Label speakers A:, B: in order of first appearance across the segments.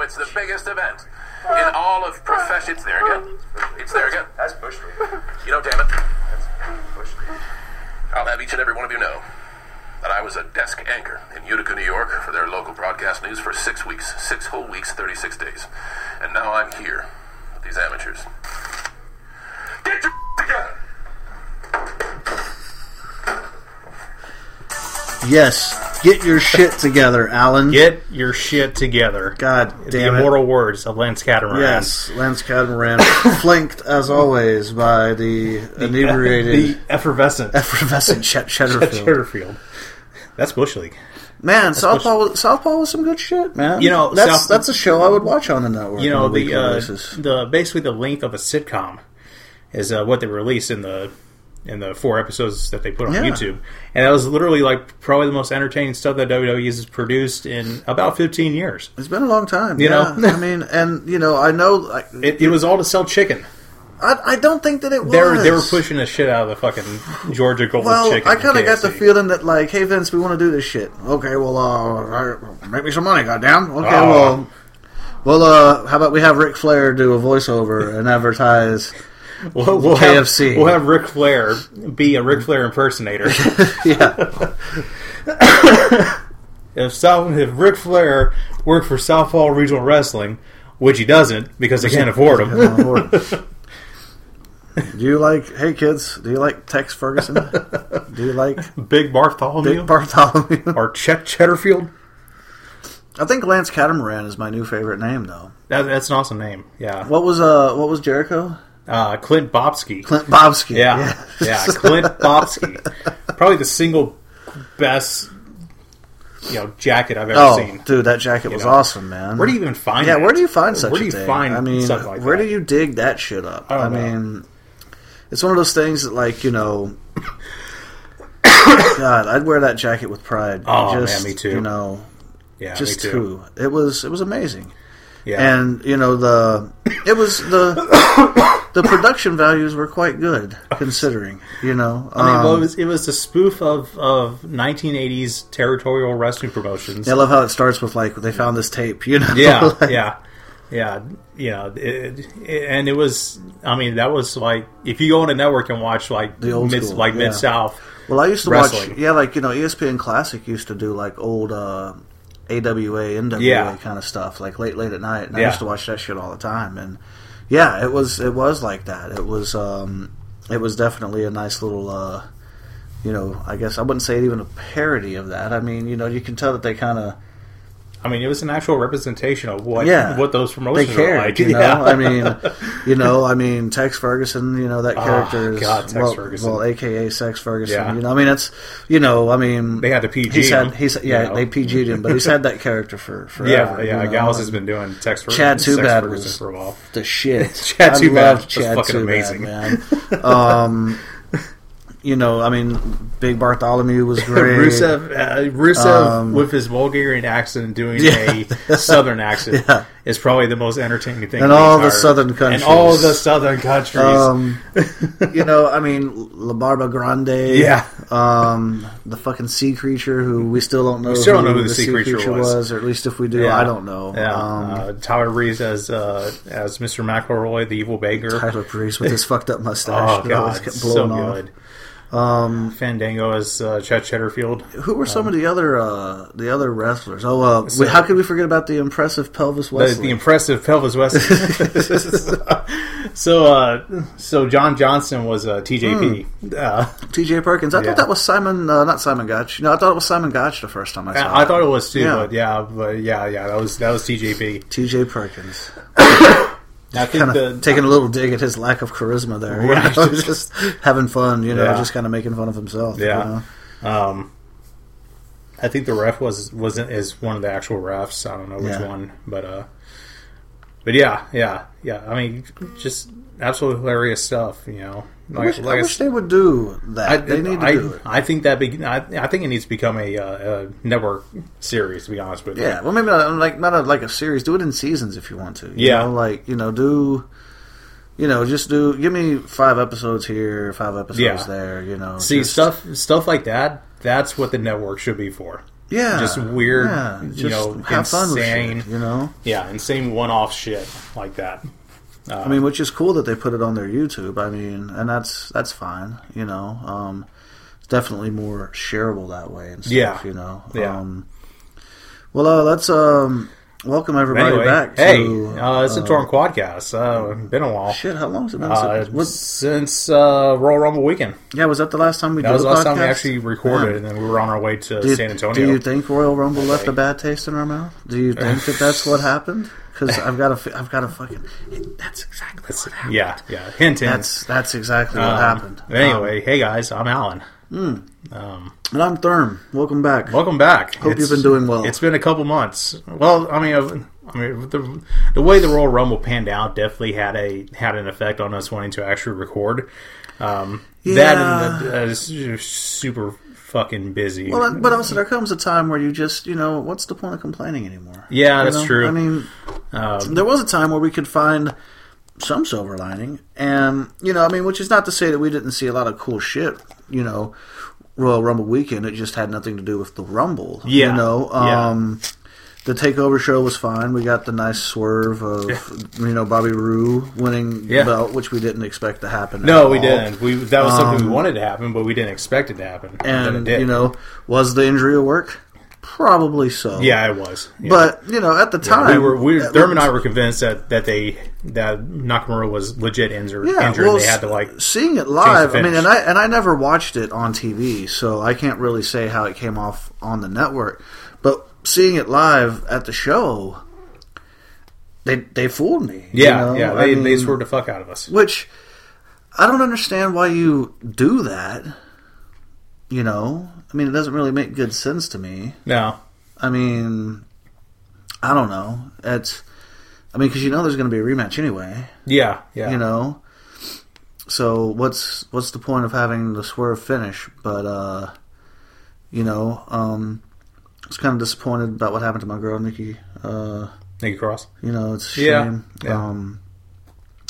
A: It's the biggest event in all of profession. It's there again. It's there again.
B: That's Bush League.
A: You know, damn it.
B: That's Bush League.
A: I'll have each and every one of you know that I was a desk anchor in Utica, New York for their local broadcast news for six weeks, six whole weeks, 36 days. And now I'm here with these amateurs. Get your together!
C: Yes, get your shit together, Alan.
D: Get your shit together.
C: God
D: the
C: damn it.
D: immortal words of Lance Catamaran.
C: Yes, Lance Cadmoran, flanked as always by the, inebriated,
D: the effervescent
C: effervescent Chet Cheddarfield.
D: Cheddarfield. That's Bush League.
C: Man, Southpaw was, Southpaw was some good shit, man.
D: You know,
C: that's
D: South-
C: that's a show I would watch on the network.
D: You
C: on
D: know
C: a
D: the
C: weekly
D: uh,
C: basis.
D: the basically the length of a sitcom is uh, what they released in the in the four episodes that they put on
C: Yeah.
D: YouTube, and that was literally like probably the most entertaining stuff that WWE has produced in about fifteen years.
C: It's been a long time.
D: You
C: yeah.
D: know?
C: I mean, and you know, I know, like,
D: It, it was all to sell chicken.
C: I, I don't think that it was.
D: They were they were pushing the shit out of the fucking Georgia Golden
C: Well,
D: chicken.
C: I kind of got the
D: KFC.
C: feeling that, like, hey, Vince, we want to do this shit. Okay, well, uh, make me some money, goddamn. Okay,
D: Oh.
C: well, well, uh, how about we have Ric Flair do a voiceover and advertise?
D: We'll, we'll
C: KFC.
D: Have, we'll have Ric Flair be a Ric Flair impersonator.
C: yeah,
D: if South, if Ric Flair worked for Southpaw Regional Wrestling, which he doesn't because they can't afford him,
C: do Uh, you like? Hey, kids, do you like Tex Ferguson? do you like
D: Big Bartholomew
C: Big Bartholomew?
D: or Chet Cheddarfield.
C: I think Lance Catamaran is my new favorite name, though.
D: That, that's an awesome name. Yeah,
C: What was uh, what was Jericho?
D: uh, Clint Bobsky.
C: Clint Bobski.
D: yeah, yeah, Clint Bobsky. Probably the single best you know jacket I've ever
C: Oh,
D: seen.
C: dude, that jacket was
D: know?
C: awesome, man.
D: Where do you even find?
C: Yeah,
D: that?
C: where do you find such
D: Where do
C: a
D: you
C: thing?
D: find
C: I mean,
D: stuff like
C: where
D: that?
C: do you dig that shit up? I,
D: I don't know.
C: mean, it's one of those things that, like, you know, God, I'd wear that jacket with pride.
D: Oh, man, me too.
C: You know,
D: Yeah,
C: just
D: me too.
C: too. It was it was amazing,
D: Yeah,
C: and you know the it was the the production values were quite good considering. You know,
D: I mean, well, it
C: um,
D: was it was the spoof of of 1980s territorial wrestling promotions.
C: I love how it starts with like they found this tape. You know,
D: yeah,
C: like,
D: yeah, yeah, yeah. It, it- and it was, I mean, that was like if you go on a network and watch like
C: The old
D: mid,
C: school,
D: like
C: yeah.
D: mid south.
C: Well, I used to watch,
D: Wrestling.
C: yeah, like you know, E ESPN Classic used to do like old uh, AWA, NWA
D: Yeah.
C: kind of stuff, like late, late at night. And I
D: Yeah.
C: used to watch that shit all the time, and yeah, it was it was like that. It was um, it was definitely a nice little, uh, you know, I guess I wouldn't say even a parody of that. I mean, you know, you can tell that they kind of
D: I mean, it was an actual representation of what
C: Yeah.
D: what those
C: they
D: promotions
C: cared,
D: were like.
C: you know.
D: yeah.
C: I mean, you know, I mean, Tex Ferguson, you know, that character is
D: Ah, God, Tex
C: well,
D: Ferguson.
C: well, aka Sex Ferguson.
D: Yeah.
C: You know, I mean, it's you know, I mean,
D: they had the PG.
C: He's had,
D: him,
C: he's
D: you
C: yeah,
D: know.
C: they PG'd him, but he's had that character for
D: yeah,
C: forever.
D: yeah.
C: you know?
D: Gallus has been doing text for
C: Chad
D: sex
C: Tubad
D: Ferguson
C: was-
D: for a while.
C: the shit.
D: Chad
C: I
D: Tubad
C: loved
D: was
C: Chad
D: fucking
C: Tubad,
D: amazing.
C: man. Um, you know, I mean, Big Bartholomew was great.
D: Rusev, uh, Rusev
C: Um,
D: with his Bulgarian accent doing
C: Yeah.
D: a Southern accent
C: Yeah.
D: is probably the most entertaining thing.
C: And
D: in
C: all the
D: entire-
C: Southern countries.
D: And all the Southern countries.
C: Um, you know, I mean, La Barba Grande.
D: yeah.
C: Um, the fucking sea creature who we still don't know.
D: still don't know who the sea creature was.
C: or at least if we do,
D: Yeah.
C: I don't know.
D: Yeah.
C: Um,
D: uh, Tyler Reese as uh, as Mr. McElroy, the evil baker.
C: Tyler Priest with his fucked up mustache.
D: oh
C: that always
D: god,
C: kept
D: so
C: blowing off.
D: good. Um, Fandango as uh, Chet Cheddarfield.
C: Who were
D: Um,
C: some of the other uh, the other wrestlers? Oh, uh, wait, how could we forget about the impressive pelvis
D: Uh, The,
C: Wesley?
D: the impressive Pelvis Wesley. so, uh, so John Johnson was uh, TJP.
C: Hmm.
D: Uh,
C: T.J. Perkins. I
D: Yeah.
C: thought that was Simon, uh, not Simon Gotch. No, I thought it was Simon Gotch the first time I saw.
D: I I thought it was too,
C: Yeah.
D: but yeah, but yeah, yeah, that was that was TJP.
C: T.J. Perkins
D: I think
C: kind
D: the
C: of taking a little dig at his lack of charisma there. you
D: Right.
C: know, just having fun, you know,
D: Yeah.
C: just kind of making fun of himself. you
D: Yeah.
C: know.
D: um, I think the ref was wasn't is one of the actual refs. I don't know which
C: Yeah.
D: one, but uh, but yeah, yeah, yeah. I mean, just absolutely hilarious stuff. You know,
C: I wish, I
D: I
C: wish
D: s-
C: they would do that.
D: I-
C: they need to
D: I-
C: do it.
D: I think that be, I, I think it needs to become a, uh, a network series. To be honest with you,
C: Yeah, well, maybe not like not a, like a series. Do it in seasons if you want to. You
D: Yeah.
C: know, like you know, do you know just do give me five episodes here, five episodes
D: Yeah.
C: there. You know,
D: See
C: just-
D: stuff stuff like that. That's what the network should be for.
C: yeah,
D: just weird,
C: yeah,
D: you
C: just
D: know,
C: have fun with shit,
D: insane.
C: you know.
D: yeah, insane one-off shit like that.
C: I mean, which is cool that they put it on their YouTube. I mean, and that's that's fine, you know. Um, it's definitely more shareable that way and stuff,
D: Yeah.
C: you know.
D: Yeah.
C: Um, well, uh, let's um, welcome everybody
D: Anyway,
C: back.
D: hey,
C: to,
D: uh, it's a torn quadcast. Uh, been a while.
C: Shit, how long has it been?
D: Uh,
C: since, was,
D: since uh, Royal Rumble weekend.
C: yeah, was that the last time we
D: That
C: did
D: was
C: a
D: the last time we
C: podcast?
D: actually recorded,
C: Yeah.
D: and then we were on our way to
C: Do you,
D: San Antonio.
C: do you think Royal Rumble left a bad taste in our mouth? Do you think that that's what happened? Because I've got a, fe- I've got a fucking. That's exactly what happened.
D: yeah, yeah. Hint, hint.
C: That's that's exactly what
D: Um,
C: happened. Um,
D: but Anyway, hey guys, I'm Alan.
C: And I'm Therm. Welcome back.
D: Welcome back.
C: Hope you've been doing well.
D: It's been a couple months. Well, I mean, I've- I mean, the, the way the Royal Rumble panned out definitely had a had an effect on us wanting to actually record. Um, That and the, uh, s- you're super fucking busy.
C: Well, and- but also there comes a time where you just, you know, what's the point of complaining anymore?
D: Yeah,
C: You
D: that's
C: know?
D: true. Um,
C: I mean, there was a time where we could find some silver lining, and you know, I mean, which is not to say that we didn't see a lot of cool shit, you know, Royal Rumble weekend. It just had nothing to do with the Rumble.
D: Yeah,
C: you know,
D: yeah.
C: um, the Takeover show was fine. We got the nice swerve of you know Bobby Roode winning
D: Yeah.
C: the belt, which we didn't expect to happen.
D: no,
C: at
D: we
C: all
D: didn't. We that was something we wanted to happen, but we didn't expect it to happen. then it
C: Um, and
D: did.
C: you know, was the injury a work? Probably so.
D: yeah, it was. Yeah.
C: But you know, at the time, uh,
D: we were we,
C: at-
D: Thurman and I were convinced that, that they that Nakamura was legit injured.
C: yeah,
D: injured.
C: well,
D: they had to like
C: seeing it live. I mean,
D: finish.
C: and I and I never watched it on TV, so I can't really say how it came off on the network. But seeing it live at the show, they they fooled me. you
D: yeah
C: know?
D: yeah
C: I
D: they they
C: mean,
D: swerved the fuck out of us.
C: which I don't understand why you do that. You know, I mean, it doesn't really make good sense to me.
D: No,
C: I mean, I don't know. It's, I mean, because you know there's going to be a rematch anyway.
D: yeah yeah
C: You know, so what's what's the point of having the swerve finish? But uh, you know, um, I was kind of disappointed about what happened to my girl Nikki. Uh,
D: Nikki Cross.
C: you know, it's a
D: Yeah,
C: shame.
D: yeah.
C: Um,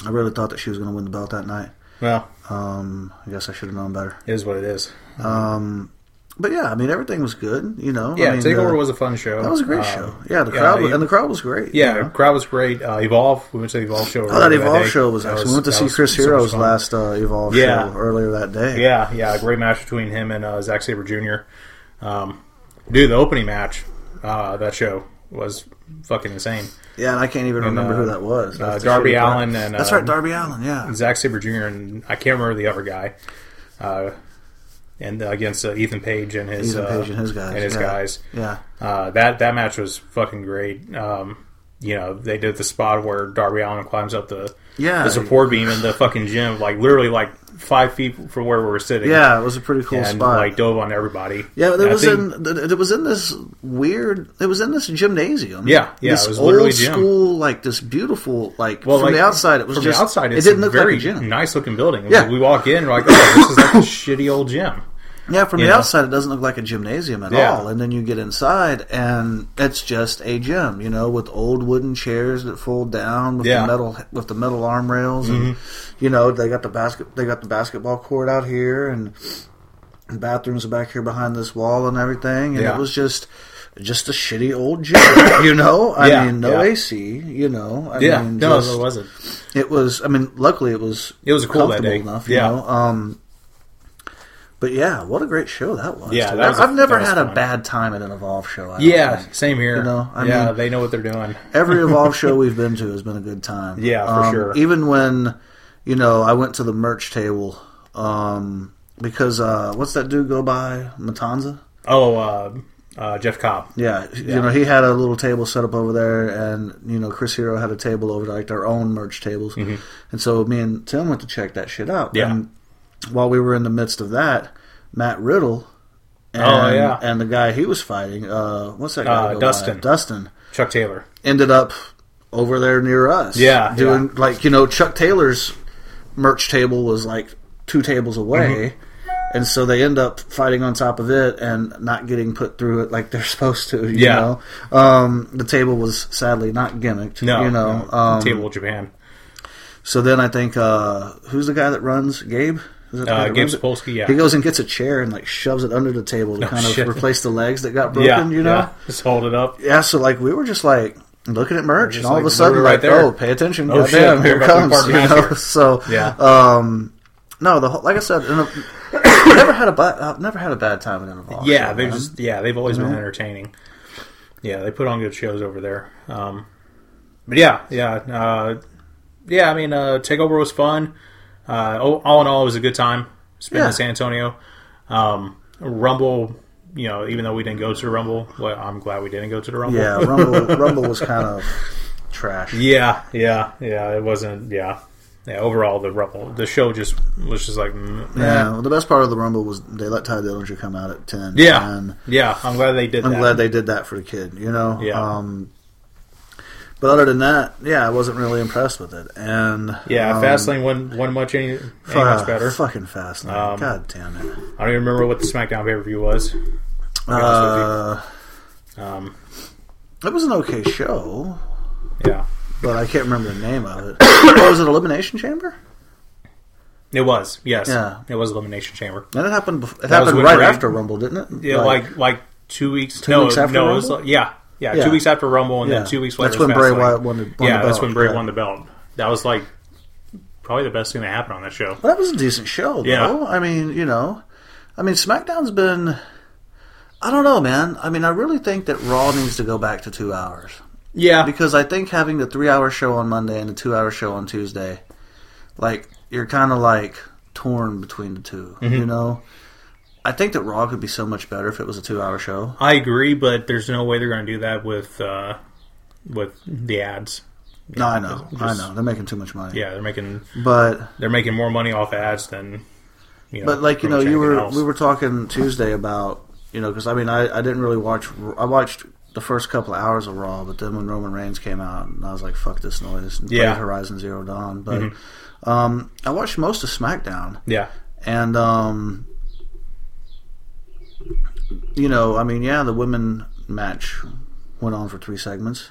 C: I really thought that she was going to win the belt that night.
D: Well,
C: Um, I guess I should have known better. Um,
D: it is what it is.
C: But yeah, I mean, everything was good. You know, I
D: Yeah,
C: mean,
D: Takeover
C: the-
D: was a fun show.
C: that was a great
D: Um,
C: show. Yeah, the
D: yeah,
C: crowd
D: you-
C: and the crowd was great.
D: Yeah,
C: you know?
D: crowd was great. Uh, Evolve, we went to the Evolve show.
C: Oh, that
D: earlier day.
C: Evolve show was
D: That
C: excellent. we went to
D: that
C: see
D: was
C: Chris
D: so much
C: Hero's
D: fun.
C: last uh, Evolve
D: Yeah.
C: show earlier that day.
D: Yeah, yeah, a great match between him and uh, Zack Saber Jr. Um, dude, the opening match, uh, that show was fucking insane.
C: Yeah, and I can't even remember
D: uh,
C: who that was.
D: uh,
C: That's the
D: Darby
C: shitty part.
D: Allin and,
C: that's
D: uh,
C: right, Darby Allen. Yeah,
D: Zack Saber Jr. and I can't remember the other guy, uh, and uh, against uh, Ethan Page and his
C: Ethan
D: uh,
C: Page and his guys.
D: and his
C: yeah.
D: guys.
C: Yeah,
D: Uh, that that match was fucking great. Um, you know, they did the spot where Darby Allen climbs up the
C: yeah,
D: the support beam in the fucking gym, like literally like five feet from where we were sitting.
C: yeah. It was a pretty cool
D: and
C: spot.
D: like dove on everybody.
C: yeah,
D: And
C: it
D: I
C: was
D: think-
C: in it was in this weird. It was in this gymnasium.
D: Yeah, yeah, it
C: This
D: was literally
C: old
D: gym.
C: school, like this beautiful, like
D: Well,
C: from
D: like,
C: the outside, it was
D: from
C: just
D: the outside.
C: It
D: It's
C: didn't look
D: very
C: like a gym.
D: nice looking building.
C: Yeah.
D: we walk in, we're like, oh, this is like a shitty old gym.
C: Yeah, from
D: You
C: the
D: know?
C: outside, it doesn't look like a gymnasium at
D: Yeah.
C: all. And then you get inside, and it's just a gym, you know, with old wooden chairs that fold down with
D: Yeah. Mm-hmm.
C: the metal with the metal arm rails, and you know they got the basket they got the basketball court out here, and, and bathrooms are back here behind this wall and everything. And
D: Yeah.
C: it was just just a shitty old gym, you know. I
D: Yeah,
C: mean, no
D: yeah.
C: AC, you know. I
D: Yeah,
C: mean,
D: no,
C: just-
D: it wasn't.
C: it was. I mean, luckily it was.
D: It was cool that
C: comfortable
D: day.
C: Enough, you
D: Yeah.
C: know? Um. But yeah, what a great show that was.
D: Yeah,
C: dude.
D: that was a-
C: I've never
D: that was
C: had
D: fun.
C: a bad time at an Evolve show. I don't
D: Yeah,
C: think.
D: same
C: um,
D: here.
C: You know, I
D: yeah,
C: mean-
D: they know what they're doing.
C: every Evolve show we've been to has been a good time.
D: Yeah, for
C: Um,
D: sure.
C: Even when you know I went to the merch table, um, because uh, what's that dude go by Matanza?
D: Oh, uh, uh, Jeff Cobb.
C: Yeah, you know he had a little table set up over there, and you know Chris Hero had a table over there, like their own merch tables, and so me and Tim went to check that shit out.
D: Mm-hmm. Yeah.
C: And while we were in the midst of that, Matt Riddle, and,
D: Oh, yeah.
C: and the guy he was fighting, uh, what's that guy?
D: Uh,
C: go by?
D: Dustin.
C: Dustin
D: Chuck Taylor.
C: ended up over there near us.
D: Yeah,
C: doing like you know Chuck Taylor's merch table was like two tables away,
D: Mm-hmm.
C: and so they end up fighting on top of it and not getting put through it like they're supposed to. You
D: Yeah.
C: know, um, the table was sadly not gimmicked.
D: No,
C: you know.
D: no,
C: Um,
D: Table Japan.
C: So then I think uh, who's the guy that runs Gabe? Is that the guy
D: Uh,
C: that
D: Gabe
C: runs it?
D: Sapolsky, yeah. Oh,
C: He goes and gets a chair and like shoves it under the table to kind of
D: shit.
C: replace the legs that got broken.
D: yeah,
C: you know.
D: yeah. Just hold it up.
C: Yeah. So like we were just like looking at merch, and
D: just
C: all of
D: like,
C: a sudden,
D: literally right
C: like,
D: there.
C: oh, pay attention,
D: Oh,
C: goddamn,
D: shit, we're
C: here it
D: about to
C: comes.
D: be part
C: You know?
D: master.
C: So
D: Yeah.
C: Um, no, the whole, like I said, in a, I've never had a bad, I've never had a bad time at Interval.
D: yeah, they've just yeah, they've always
C: Mm-hmm.
D: been entertaining. Yeah, they put on good shows over there. Um, but yeah, yeah, uh, yeah. I mean, uh, takeover was fun. Uh, all all in all, it was a good time. Spent
C: Yeah.
D: in San Antonio. Um, Rumble, you know, even though we didn't go to the Rumble, well, I'm glad we didn't go to the Rumble.
C: yeah. Rumble, Rumble was kind of trash.
D: yeah, yeah, yeah. It wasn't. Yeah, yeah. Overall, the Rumble, the show just was just like, mm,
C: Yeah,
D: eh.
C: well, the best part of the Rumble was they let Ty Dillinger come out at ten.
D: yeah,
C: and
D: yeah. I'm glad they did.
C: I'm
D: that.
C: glad they did that for the kid. You know,
D: Yeah.
C: Um, but other than that, yeah, I wasn't really impressed with it. And
D: Yeah,
C: um,
D: Fastlane wasn't, wasn't much any, any much
C: uh,
D: better.
C: Fucking fast.
D: Um,
C: God damn it.
D: I don't even remember what the SmackDown pay per view was. honest
C: Uh,
D: Um,
C: it was an okay show,
D: yeah,
C: but I can't remember the name of it. oh, was it Elimination Chamber?
D: it was. Yes,
C: Yeah.
D: it was Elimination Chamber.
C: And it happened. Bef- it
D: was
C: happened
D: when
C: right
D: Ray-
C: after Rumble, didn't it?
D: Yeah, like like, two weeks. Two no,
C: weeks after
D: no, it was
C: Rumble?
D: like, yeah, yeah,
C: Yeah.
D: two weeks after Rumble, and
C: Yeah.
D: then two weeks later.
C: That's
D: was
C: when Bray
D: Fastlane.
C: Wyatt won the- won the
D: yeah, that's
C: belt,
D: when Bray
C: yeah.
D: won the belt. That was like probably the best thing that happened on that show.
C: Well, that was a decent show, though.
D: Yeah.
C: I mean, you know, I mean, SmackDown's been. I don't know, man. I mean, I really think that Raw needs to go back to two hours
D: Yeah,
C: because I think having the three-hour show on Monday and the two-hour show on Tuesday, like you're kind of like torn between the 2
D: Mm-hmm.
C: You know, I think that Raw could be so much better if it was a two-hour show.
D: I agree, but there's no way they're going to do that with uh, with the ads.
C: no, I know, I
D: just-
C: know, they're making too much money.
D: Yeah, they're making
C: but
D: they're making more money off ads than. You know,
C: But like you know,
D: pretty much
C: you were
D: anything else.
C: we were talking Tuesday about you know because I mean I, I didn't really watch I watched the first couple of hours of Raw, but then when Roman Reigns came out, and I was like, "Fuck this noise!" And played
D: Yeah. Mm-hmm.
C: Horizon Zero Dawn. But um, I watched most of SmackDown,
D: yeah,
C: and um, you know, I mean, yeah, the women match went on for three segments,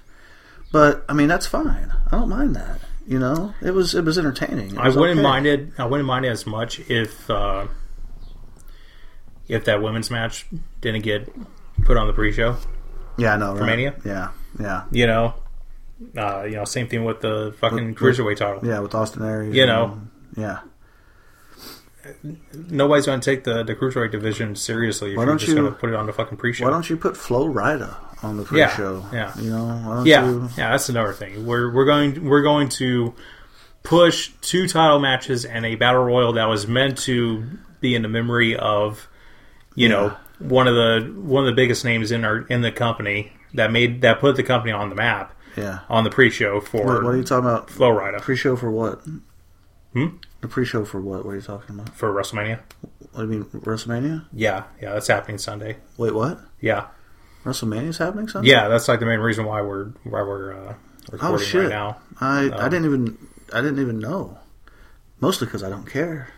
C: but I mean that's fine. I don't mind that. You know, it was it was entertaining. It
D: I
C: was
D: wouldn't
C: okay.
D: mind it. I wouldn't mind it as much if uh, if that women's match didn't get put on the pre-show.
C: Yeah, I know. right?
D: Mania?
C: Yeah, yeah.
D: You know, uh, you know, same thing with the fucking
C: With-
D: cruiserweight title.
C: Yeah, with Austin Aries.
D: You know.
C: and- yeah.
D: Nobody's going to take the the cruiserweight division seriously. If
C: Why
D: you're
C: don't
D: just
C: you-
D: going to put it on the fucking pre-show.
C: Why don't you put Flo Rida on the pre-show?
D: yeah.
C: You know. Why don't
D: yeah,
C: You,
D: yeah, that's another thing. We're we're going we're going to push two title matches and a battle royal that was meant to be in the memory of you know one of the one of the biggest names in our in the company that made that put the company on the map
C: yeah.
D: on the pre-show for
C: What, what are you talking about?
D: Flow Rida
C: Pre-show for what? Hmm. The pre-show for what? What are you talking about?
D: for WrestleMania.
C: What do you mean WrestleMania?
D: Yeah, yeah, that's happening Sunday.
C: Wait, what?
D: Yeah,
C: WrestleMania's happening Sunday?
D: yeah, that's like the main reason why we're why we're uh, recording
C: Oh shit!
D: right now.
C: I I didn't even I didn't even know. Mostly because I don't care.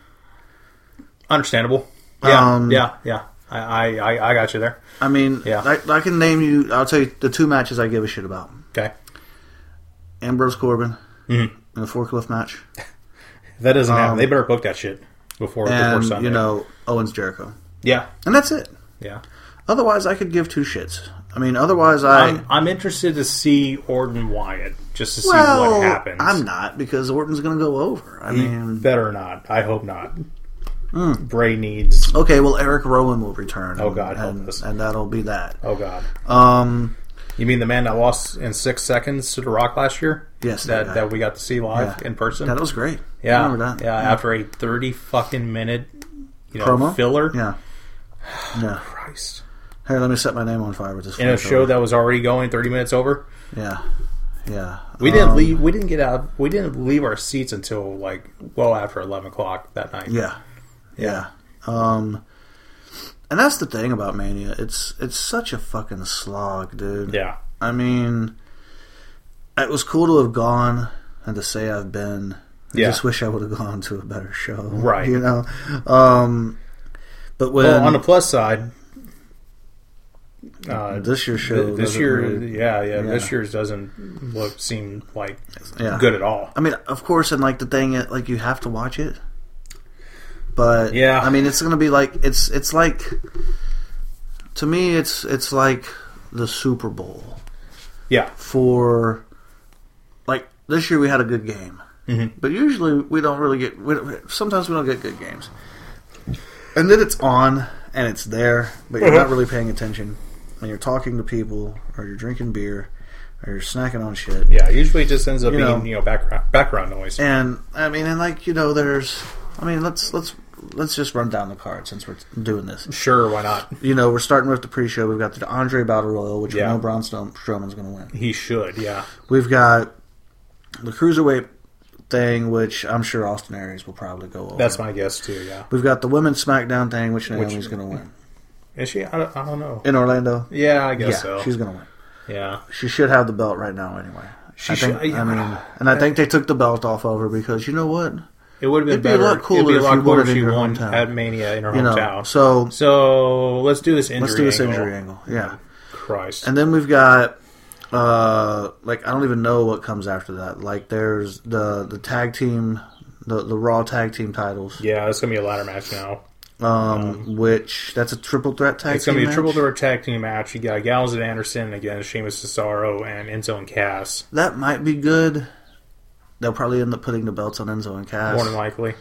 D: Understandable. Yeah,
C: Um,
D: yeah, yeah. I, I I- I got you there.
C: I mean,
D: Yeah.
C: I, I can name you. I'll tell you the two matches I give a shit about:
D: Okay.
C: Ambrose Corbin
D: Mm-hmm.
C: and the forklift match,
D: If that doesn't happen,
C: Um,
D: they better book that shit before before
C: and
D: Sunday.
C: you know Owens Jericho,
D: yeah,
C: and that's it.
D: yeah.
C: Otherwise, I could give two shits. I mean, otherwise, I.
D: I'm, I'm interested to see Orton Wyatt just to see
C: well,
D: what happens.
C: I'm not because Orton's going to go over. I mean,
D: better not. I hope not.
C: Hmm.
D: Bray needs.
C: okay, well, Eric Rowan will return.
D: Oh, God, help
C: and,
D: us.
C: and that'll be that.
D: Oh God.
C: Um,
D: You mean the man that lost in six seconds to The Rock last year?
C: Yes, that
D: That
C: guy.
D: that we got to see live
C: Yeah.
D: in person.
C: that was great. I
D: yeah,
C: remember that?
D: yeah. After a thirty fucking minute, you know,
C: promo
D: filler.
C: Yeah, yeah.
D: Christ.
C: Hey, let me set my name on fire with this.
D: In a
C: flamethrower.
D: show that was already going thirty minutes over.
C: yeah, yeah.
D: We didn't
C: Um,
D: leave. We didn't get out. We didn't leave our seats until like well after eleven o'clock that night.
C: Yeah, yeah. Um, and that's the thing about Mania. It's it's such a fucking slog, dude.
D: yeah,
C: I mean, it was cool to have gone and to say I've been. I
D: Yeah.
C: just wish I would have gone to a better show.
D: Right.
C: You know? Um, but when
D: Well, on the plus side, uh,
C: this year's show.
D: th- this
C: doesn't
D: year,
C: really-
D: yeah, yeah,
C: yeah.
D: this year's doesn't look seem like
C: yeah.
D: good at all.
C: I mean, of course, and like the thing, like you have to watch it. But
D: Yeah.
C: I mean, it's gonna be like it's it's like to me, it's it's like the Super Bowl
D: Yeah.
C: for like this year we had a good game, but usually we don't really get. We, don't- sometimes we don't get good games, and then it's on and it's there, but you're not really paying attention, and you're talking to people or you're drinking beer or you're snacking on shit.
D: Yeah. Usually it just ends up
C: You
D: being,
C: know.
D: you know, background background noise.
C: And I mean, and like you know, there's. I mean, let's let's let's just run down the card since we're doing this.
D: Sure, why not?
C: You know, we're starting with the pre-show. We've got the Andre Battle Royal, which
D: Yeah.
C: we know Braun Strom- Strowman's going to win.
D: He should, yeah.
C: We've got the cruiserweight thing, which I'm sure Austin Aries will probably go over.
D: That's my guess too, yeah.
C: We've got the women's SmackDown thing, which Naomi's going to win
D: Is she? I don't, I don't know.
C: in Orlando.
D: Yeah, I
C: Yeah,
D: guess so.
C: she's going to win.
D: yeah.
C: She should have the belt right now, anyway.
D: She
C: I think,
D: should-
C: I mean, and I think they took the belt off of her because you know what?
D: It would have been
C: It'd be a
D: better.
C: lot cooler
D: It'd be a
C: if
D: lot
C: you
D: cooler
C: won it
D: if
C: in
D: she
C: your
D: won
C: hometown.
D: at Mania in her
C: You know,
D: hometown.
C: so-
D: so let's do this injury.
C: Let's do this
D: angle.
C: injury angle. Yeah,
D: Christ.
C: and then we've got uh, like I don't even know what comes after that. Like there's the the tag team, the the Raw tag team titles,
D: yeah, it's gonna be a ladder match now.
C: um, which that's a triple threat tag.
D: It's gonna be
C: team
D: a triple
C: match?
D: threat tag team match. You got Gallows and Anderson against Sheamus Cesaro and Enzo and Cass.
C: that might be good. They'll probably end up putting the belts on Enzo and Cass.
D: More than likely,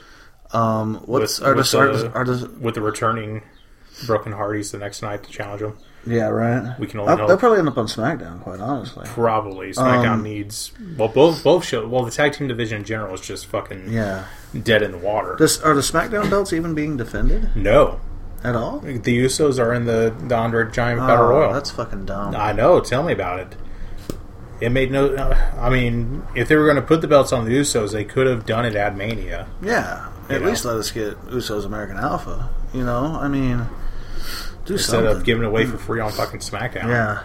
C: Um, what's
D: With-
C: are,
D: with
C: the, are,
D: the-
C: the, are the
D: with the returning Broken Hardys the next night to challenge them.
C: yeah right?
D: We can only
C: They'll,
D: hope.
C: they'll probably end up on SmackDown, quite honestly.
D: Probably SmackDown needs well both both show well the tag team division in general is just fucking
C: Yeah.
D: dead in the water.
C: This are the SmackDown belts even being defended
D: no,
C: at all?
D: the Usos are in the the Andre Giant Battle
C: Oh,
D: Royal.
C: That's fucking dumb.
D: I know. Tell me about it. It made no. I mean, if they were going to put the belts on the Usos, they could have done it at Mania.
C: yeah. At
D: know.
C: least let us get Usos American Alpha. You know, I mean, do
D: instead
C: something.
D: of giving it away for free on fucking SmackDown.
C: yeah.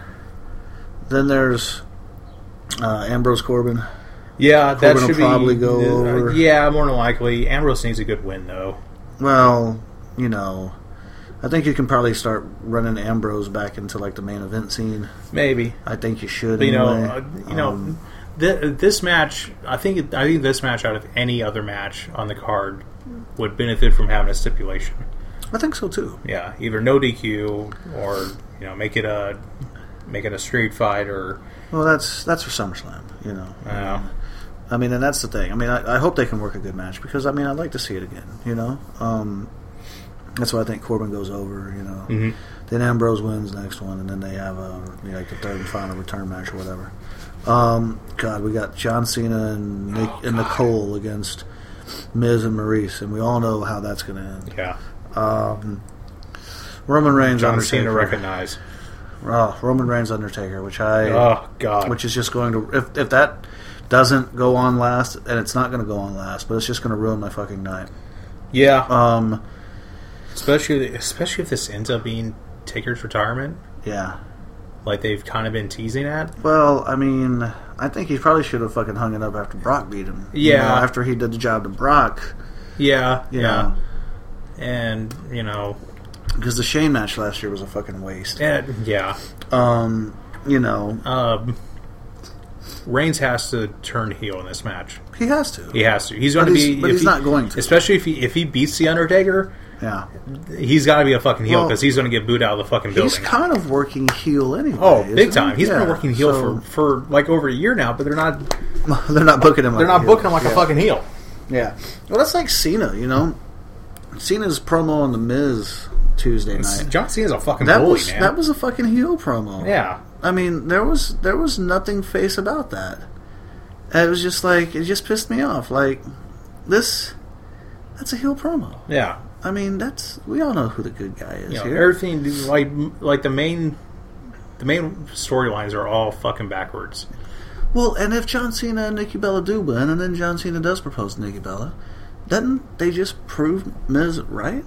C: Then there's uh, Ambrose Corbin.
D: yeah, that
C: Corbin will
D: should be-
C: probably go
D: uh,
C: over.
D: Yeah, more than likely, Ambrose needs a good win though.
C: Well, you know, I think you can probably start running Ambrose back into like the main event scene.
D: Maybe,
C: I think you should.
D: but you know,
C: anyway.
D: uh, you know,
C: Um,
D: thi- this match. I think it- I think this match out of any other match on the card would benefit from having a stipulation.
C: I think so too.
D: Yeah, either no DQ or you know make it a make it a street fight or
C: Well, that's that's for SummerSlam. You know,
D: uh,
C: I mean, and that's the thing. I mean, I, I hope they can work a good match because I mean, I'd like to see it again. You know, um, that's why I think Corbin goes over. You know,
D: Mm-hmm.
C: then Ambrose wins next one, and then they have a you know, like the third and final return match or whatever. Um, God, we got John Cena and Nick,
D: Oh,
C: and Nicole against Miz and Maurice, and we all know how that's going to end.
D: yeah.
C: Roman Reigns,
D: John Cena
C: Undertaker.
D: recognize.
C: Oh, Roman Reigns, Undertaker, which I
D: Oh God,
C: which is just going to if if that doesn't go on last and it's not going to go on last but it's just going to ruin my fucking night
D: yeah.
C: um
D: especially especially if this ends up being Taker's retirement,
C: yeah
D: like they've kind of been teasing at.
C: well i mean i think he probably should have fucking hung it up after brock beat him You
D: Yeah.
C: know, after he did the job to brock
D: Yeah,
C: you
D: yeah, and you know,
C: because the shane match last year was a fucking waste
D: and, yeah.
C: um you know
D: Um, Reigns has to turn heel in this match.
C: he has to
D: He has to. He's going to
C: But he's-
D: be,
C: but
D: if
C: he's
D: he-
C: not going to.
D: Especially if he if he beats the Undertaker,
C: yeah
D: he's got to be a fucking heel
C: Well,
D: because he's going to get booed out of the fucking building.
C: he's kind of working heel anyway
D: Oh, big
C: isn't
D: time!
C: he?
D: He's
C: Yeah,
D: been working heel
C: so-
D: for, for like over a year now, but they're not
C: they're not booking him like
D: they're
C: a
D: not
C: heel.
D: booking him like
C: yeah.
D: a fucking heel.
C: Yeah. Well, that's like Cena, you know. Cena's promo on The Miz Tuesday night.
D: John Cena's a fucking
C: That
D: bully,
C: was
D: man.
C: that was a fucking heel promo.
D: yeah,
C: I mean, there was there was nothing face about that. And it was just like it just pissed me off. Like this, that's a heel promo.
D: yeah.
C: I mean, that's we all know who the good guy is
D: you know,
C: here.
D: everything like like the main the main storylines are all fucking backwards.
C: Well, and if John Cena and Nikki Bella do win, and then John Cena does propose to Nikki Bella, doesn't they just prove Miz right?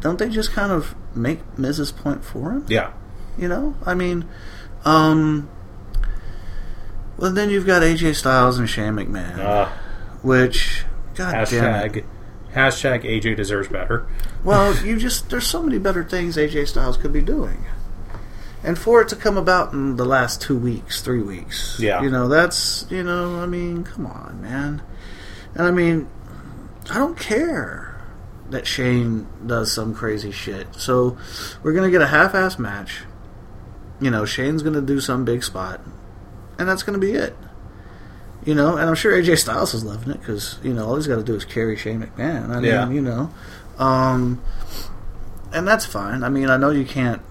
C: Don't they just kind of make Miz's point for him?
D: Yeah,
C: You know, I mean, um, well, then you've got AJ Styles and Shane McMahon,
D: uh,
C: which God damn it.
D: hashtag hashtag AJ deserves better.
C: Well, you just there's so many better things AJ Styles could be doing, and for it to come about in the last two weeks, three weeks,
D: Yeah.
C: you know, that's you know, I mean, come on, man, and I mean, I don't care that Shane does some crazy shit. So we're gonna get a half-ass match. You know, Shane's gonna do some big spot, and that's gonna be it. You know, and I'm sure AJ Styles is loving it because you know all he's got to do is carry Shane McMahon. I mean,
D: Yeah.
C: you know, um, and that's fine. I mean, I know you can't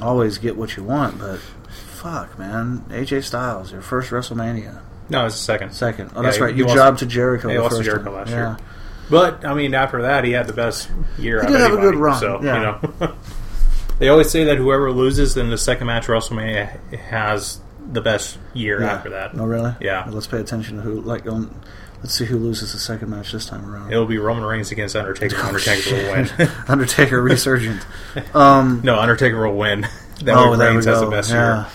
C: always get what you want, but fuck, man, AJ Styles, your first WrestleMania,
D: No, it's the second.
C: second. Oh,
D: Yeah,
C: that's right.
D: he
C: You
D: lost-
C: jobbed to Jericho.
D: He
C: the
D: lost to
C: first
D: Jericho
C: time.
D: last
C: yeah.
D: year. But I mean, after that, he had the best year.
C: He
D: out
C: did
D: of
C: have a
D: anybody,
C: good run,
D: So
C: yeah.
D: you know, they always say that whoever loses in the second match of WrestleMania has the best year
C: Yeah.
D: after that.
C: Oh, really?
D: Yeah.
C: Well, let's pay attention to who. Like, um, let's see who loses the second match this time around.
D: It'll be Roman Reigns against Undertaker.
C: Oh,
D: Undertaker will win.
C: shit. Undertaker resurgent. Um,
D: No, Undertaker will win. That
C: oh,
D: way
C: there
D: Reigns
C: we
D: has
C: go.
D: the best
C: yeah.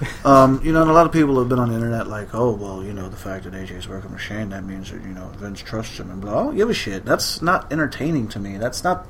D: year.
C: um, you know, and a lot of people have been on the internet like, oh, well, you know, the fact that AJ's working with Shane, that means that you know Vince trusts him, and blah. I don't give a shit. That's not entertaining to me. That's not.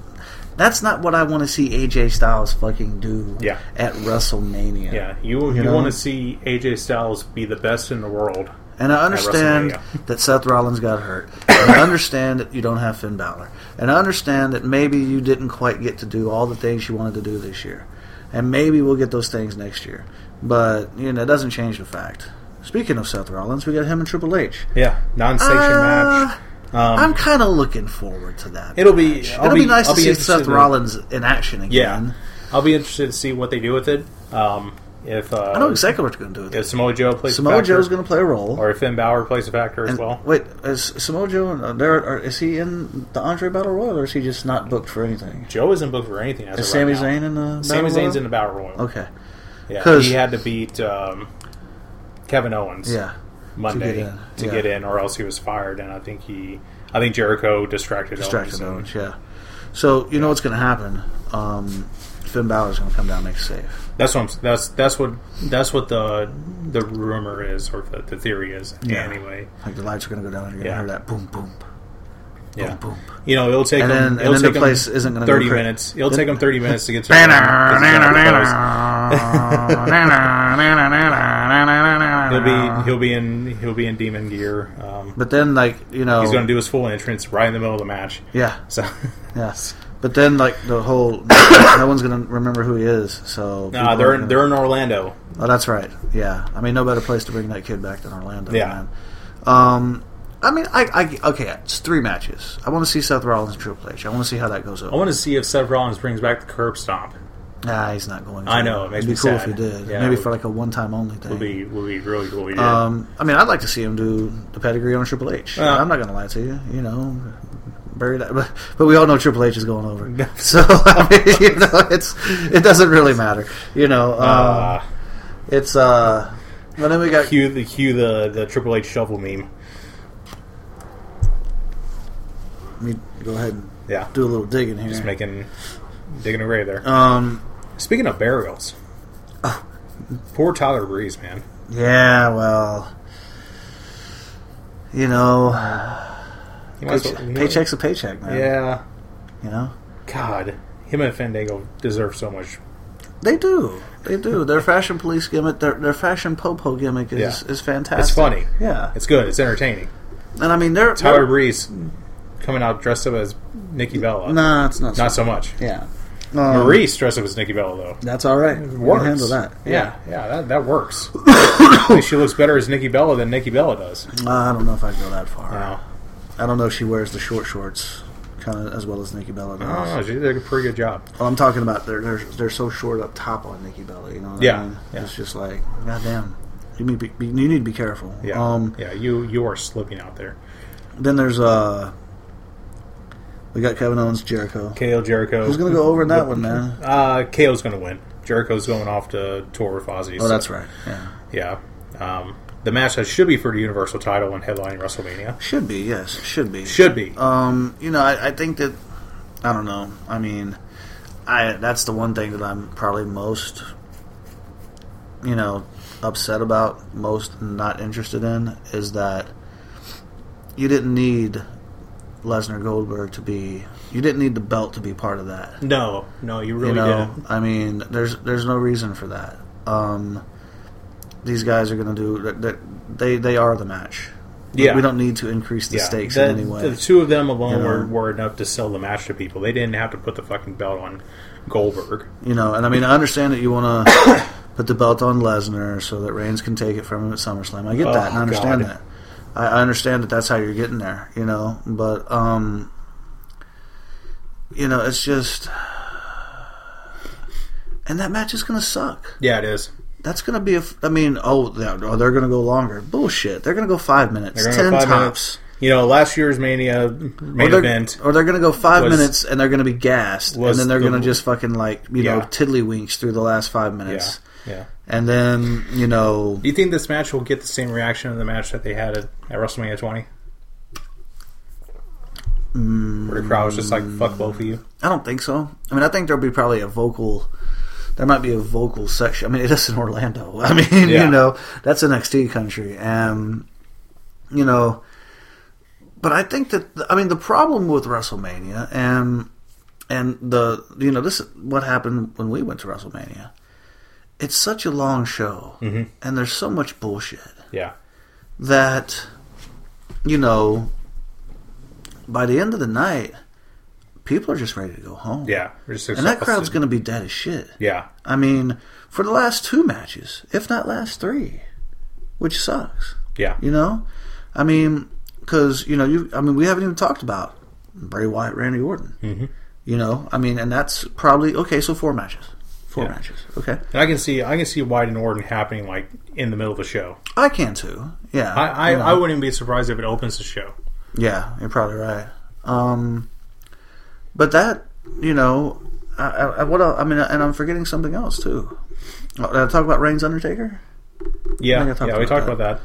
C: That's not what I want to see AJ Styles fucking do
D: Yeah.
C: at WrestleMania.
D: Yeah, you
C: You
D: you,
C: know?
D: want to see AJ Styles be the best in the world.
C: And I understand
D: WrestleMania.
C: that Seth Rollins got hurt. And I understand that you don't have Finn Balor. And I understand that maybe you didn't quite get to do all the things you wanted to do this year. And maybe we'll get those things next year. But, you know, it doesn't change the fact. Speaking of Seth Rollins, we got him and Triple H.
D: Yeah, non-sanction
C: Uh,
D: match. Um,
C: I'm kind of looking forward to that.
D: It'll be-
C: match.
D: I'll
C: it'll be,
D: be-
C: nice
D: I'll
C: to
D: be
C: see
D: interested
C: Seth
D: in-
C: Rollins in action
D: Yeah,
C: again.
D: I'll be interested to see what they do with it. Um, if uh,
C: I know exactly what you're going to do with
D: if
C: this.
D: Samoa Joe plays a
C: Samoa
D: factor,
C: Joe's going to play a role.
D: or if Finn Balor plays a factor as
C: And
D: well.
C: wait, is Samoa Joe in- uh, there? Or is he in the Andre Battle Royal, or is he just not booked for anything?
D: Joe isn't booked for anything. As
C: Is
D: of
C: Sami
D: right now.
C: Zayn in the
D: Sami
C: Battle
D: Zayn's in
C: Royal?
D: the Battle Royal.
C: okay,
D: Yeah,
C: 'Cause-
D: he had to beat um, Kevin Owens.
C: yeah,
D: Monday
C: To get in,
D: to
C: yeah.
D: get in, or else he was fired. And I think he, I think Jericho distracted
C: distracted Owens,
D: Owens.
C: yeah. So you know what's going to happen? Um, Finn Balor's going to come down make a save.
D: That's what I'm, that's that's what that's what the the rumor is, or the, the theory is.
C: Yeah.
D: Anyway,
C: Like the lights are going to go down, and you're going to
D: Yeah.
C: hear that boom, boom, boom,
D: yeah.
C: boom.
D: You know, it'll take
C: And then-
D: them.
C: and
D: it'll
C: then the
D: take 'em
C: place isn't gonna go
D: thirty
C: cra-
D: minutes. It'll
C: Then-
D: take them thirty minutes to get to. the ring, 'cause he's gotta propose. He'll be
C: He'll
D: he'll be in he'll be in demon gear. Um,
C: But then, like you know,
D: he's going to do his full entrance right in the middle of the match.
C: yeah,
D: So
C: Yes, but then like the whole no one's gonna remember who he is. So
D: nah,
C: people
D: they're
C: are
D: in,
C: gonna-
D: they're in Orlando.
C: Oh, that's right. Yeah, I mean, no better place to bring that kid back than Orlando.
D: Yeah.
C: man. Um, I mean, I, I okay, it's three matches. I want to see Seth Rollins and Triple H. I want to see how that goes
D: I
C: over.
D: want to see if Seth Rollins brings back the curb stomp.
C: Nah, he's not going. To.
D: I know, it makes
C: It'd be
D: me
C: cool
D: sad.
C: if he did.
D: Yeah,
C: Maybe
D: it
C: for like a one-time only thing.
D: Would be would be really cool. if he did.
C: Um, I mean, I'd like to see him do the pedigree on Triple H.
D: Yeah.
C: am not going to lie to you. You know, bury that. But, but we all know Triple H is going over. so I mean, you know, it's it doesn't really matter. You know, um,
D: uh,
C: it's uh. But then we got
D: cue the cue the the Triple H shovel meme.
C: let me go ahead and
D: Yeah,
C: do a little digging here.
D: just making digging a grave there.
C: um.
D: Speaking of burials,
C: uh,
D: poor Tyler Breeze, man.
C: Yeah. Well. You know,
D: He might as
C: paycheck,
D: well- he might-
C: paycheck's a paycheck, man.
D: Yeah,
C: You know.
D: God, him and Fandango deserve so much.
C: They do. They do. Their fashion police gimmick, their, their fashion popo gimmick is,
D: Yeah.
C: is fantastic.
D: It's funny.
C: Yeah.
D: It's good. It's entertaining.
C: And I mean, they're.
D: Tyler
C: they're-
D: Breeze coming out dressed up as Nikki Bella.
C: Nah, it's not.
D: Not so much.
C: Yeah. Um,
D: Maurice dressed up as Nikki Bella though.
C: That's all right. We'll
D: Works.
C: handle that.
D: Yeah, yeah, that, that works. At least she looks better as Nikki Bella than Nikki Bella does.
C: I don't know if I'd go that far.
D: Wow.
C: I don't know if she wears the short shorts kind of as well as Nikki Bella does.
D: I don't know. She Ah, did a pretty good job.
C: Well, I'm talking about they're, they're they're so short up top on Nikki Bella. You know what
D: Yeah,
C: I mean?
D: yeah.
C: It's just like, goddamn. You need, to be, you need to be careful.
D: Yeah,
C: Um,
D: yeah. You you are slipping out there.
C: Then there's uh, we got Kevin Owens, Jericho.
D: KO Jericho.
C: Who's gonna go over in that one, man?
D: Uh, KO's going to win. Jericho's going off to tour with Ozzy.
C: Oh, that's right. Yeah,
D: Yeah. Um, the match that should be for the Universal title and headlining WrestleMania.
C: should be. Yes, should be.
D: Should be.
C: Um, you know, I, I think that I don't know. I mean, I that's the one thing that I'm probably most, you know, upset about, most not interested in is that you didn't need Lesnar Goldberg to be, you didn't need the belt to be part of that.
D: no, no, you really
C: you know,
D: didn't.
C: I mean, there's there's no reason for that. Um, these guys are going to do they, they they are the match. We-
D: Yeah.
C: we don't need to increase the
D: Yeah,
C: stakes
D: the,
C: in any way.
D: the two of them alone
C: You know?
D: were, were enough to sell the match to people. They didn't have to put the fucking belt on Goldberg.
C: You know, and I mean, I understand that you want to put the belt on Lesnar so that Reigns can take it from him at SummerSlam. I get
D: Oh,
C: that, and I understand
D: God.
C: that. I, I understand that that's how you're getting there, you know. But um, you know, it's just, and that match is gonna suck.
D: Yeah, it is.
C: That's gonna be a. f- I mean, oh, they're, oh, they're gonna go longer. Bullshit. They're gonna go five minutes,
D: They're
C: ten
D: gonna go five
C: tops.
D: You know, last year's Mania main
C: or they're,
D: event.
C: or they're gonna go five
D: was-
C: minutes and they're gonna be gassed, and
D: was
C: then they're
D: the-
C: gonna just fucking like you know
D: Yeah.
C: tiddlywinks through the last five
D: Yeah,
C: minutes.
D: yeah.
C: And then, you know,
D: Do you think this match will get the same reaction of the match that they had at, at WrestleMania 20? Where the crowd was just like, fuck both of you.
C: I don't think so. I mean, I think there'll be probably a vocal. There might be a vocal section. I mean, it is in Orlando. I mean,
D: Yeah.
C: you know, that's NXT country, and you know, but I think that I mean the problem with WrestleMania and and the you know this is what happened when we went to WrestleMania. It's such a long show, and there's so much bullshit.
D: Yeah.
C: that you know by the end of the night people are just ready to go home
D: Yeah. We're just
C: and that
D: exhausted.
C: crowd's going to be dead as shit
D: Yeah.
C: i mean for the last two matches if not last three which sucks
D: Yeah.
C: you know i mean because you know you i mean we haven't even talked about bray wyatt randy orton mm-hmm. you know i mean and that's probably okay so four matches four
D: Yeah.
C: matches okay
D: And I can see I can see White and Orton happening like in the middle of the show.
C: i can too yeah
D: I, I,
C: you know.
D: I wouldn't even be surprised if it opens the show.
C: Yeah, you're probably right. Um, but that, you know, I, I, I- what else, I mean, and I'm forgetting something else too. Oh, Did I talk about Reigns Undertaker?
D: Yeah.
C: think I talked
D: Yeah, we
C: about
D: talked about that.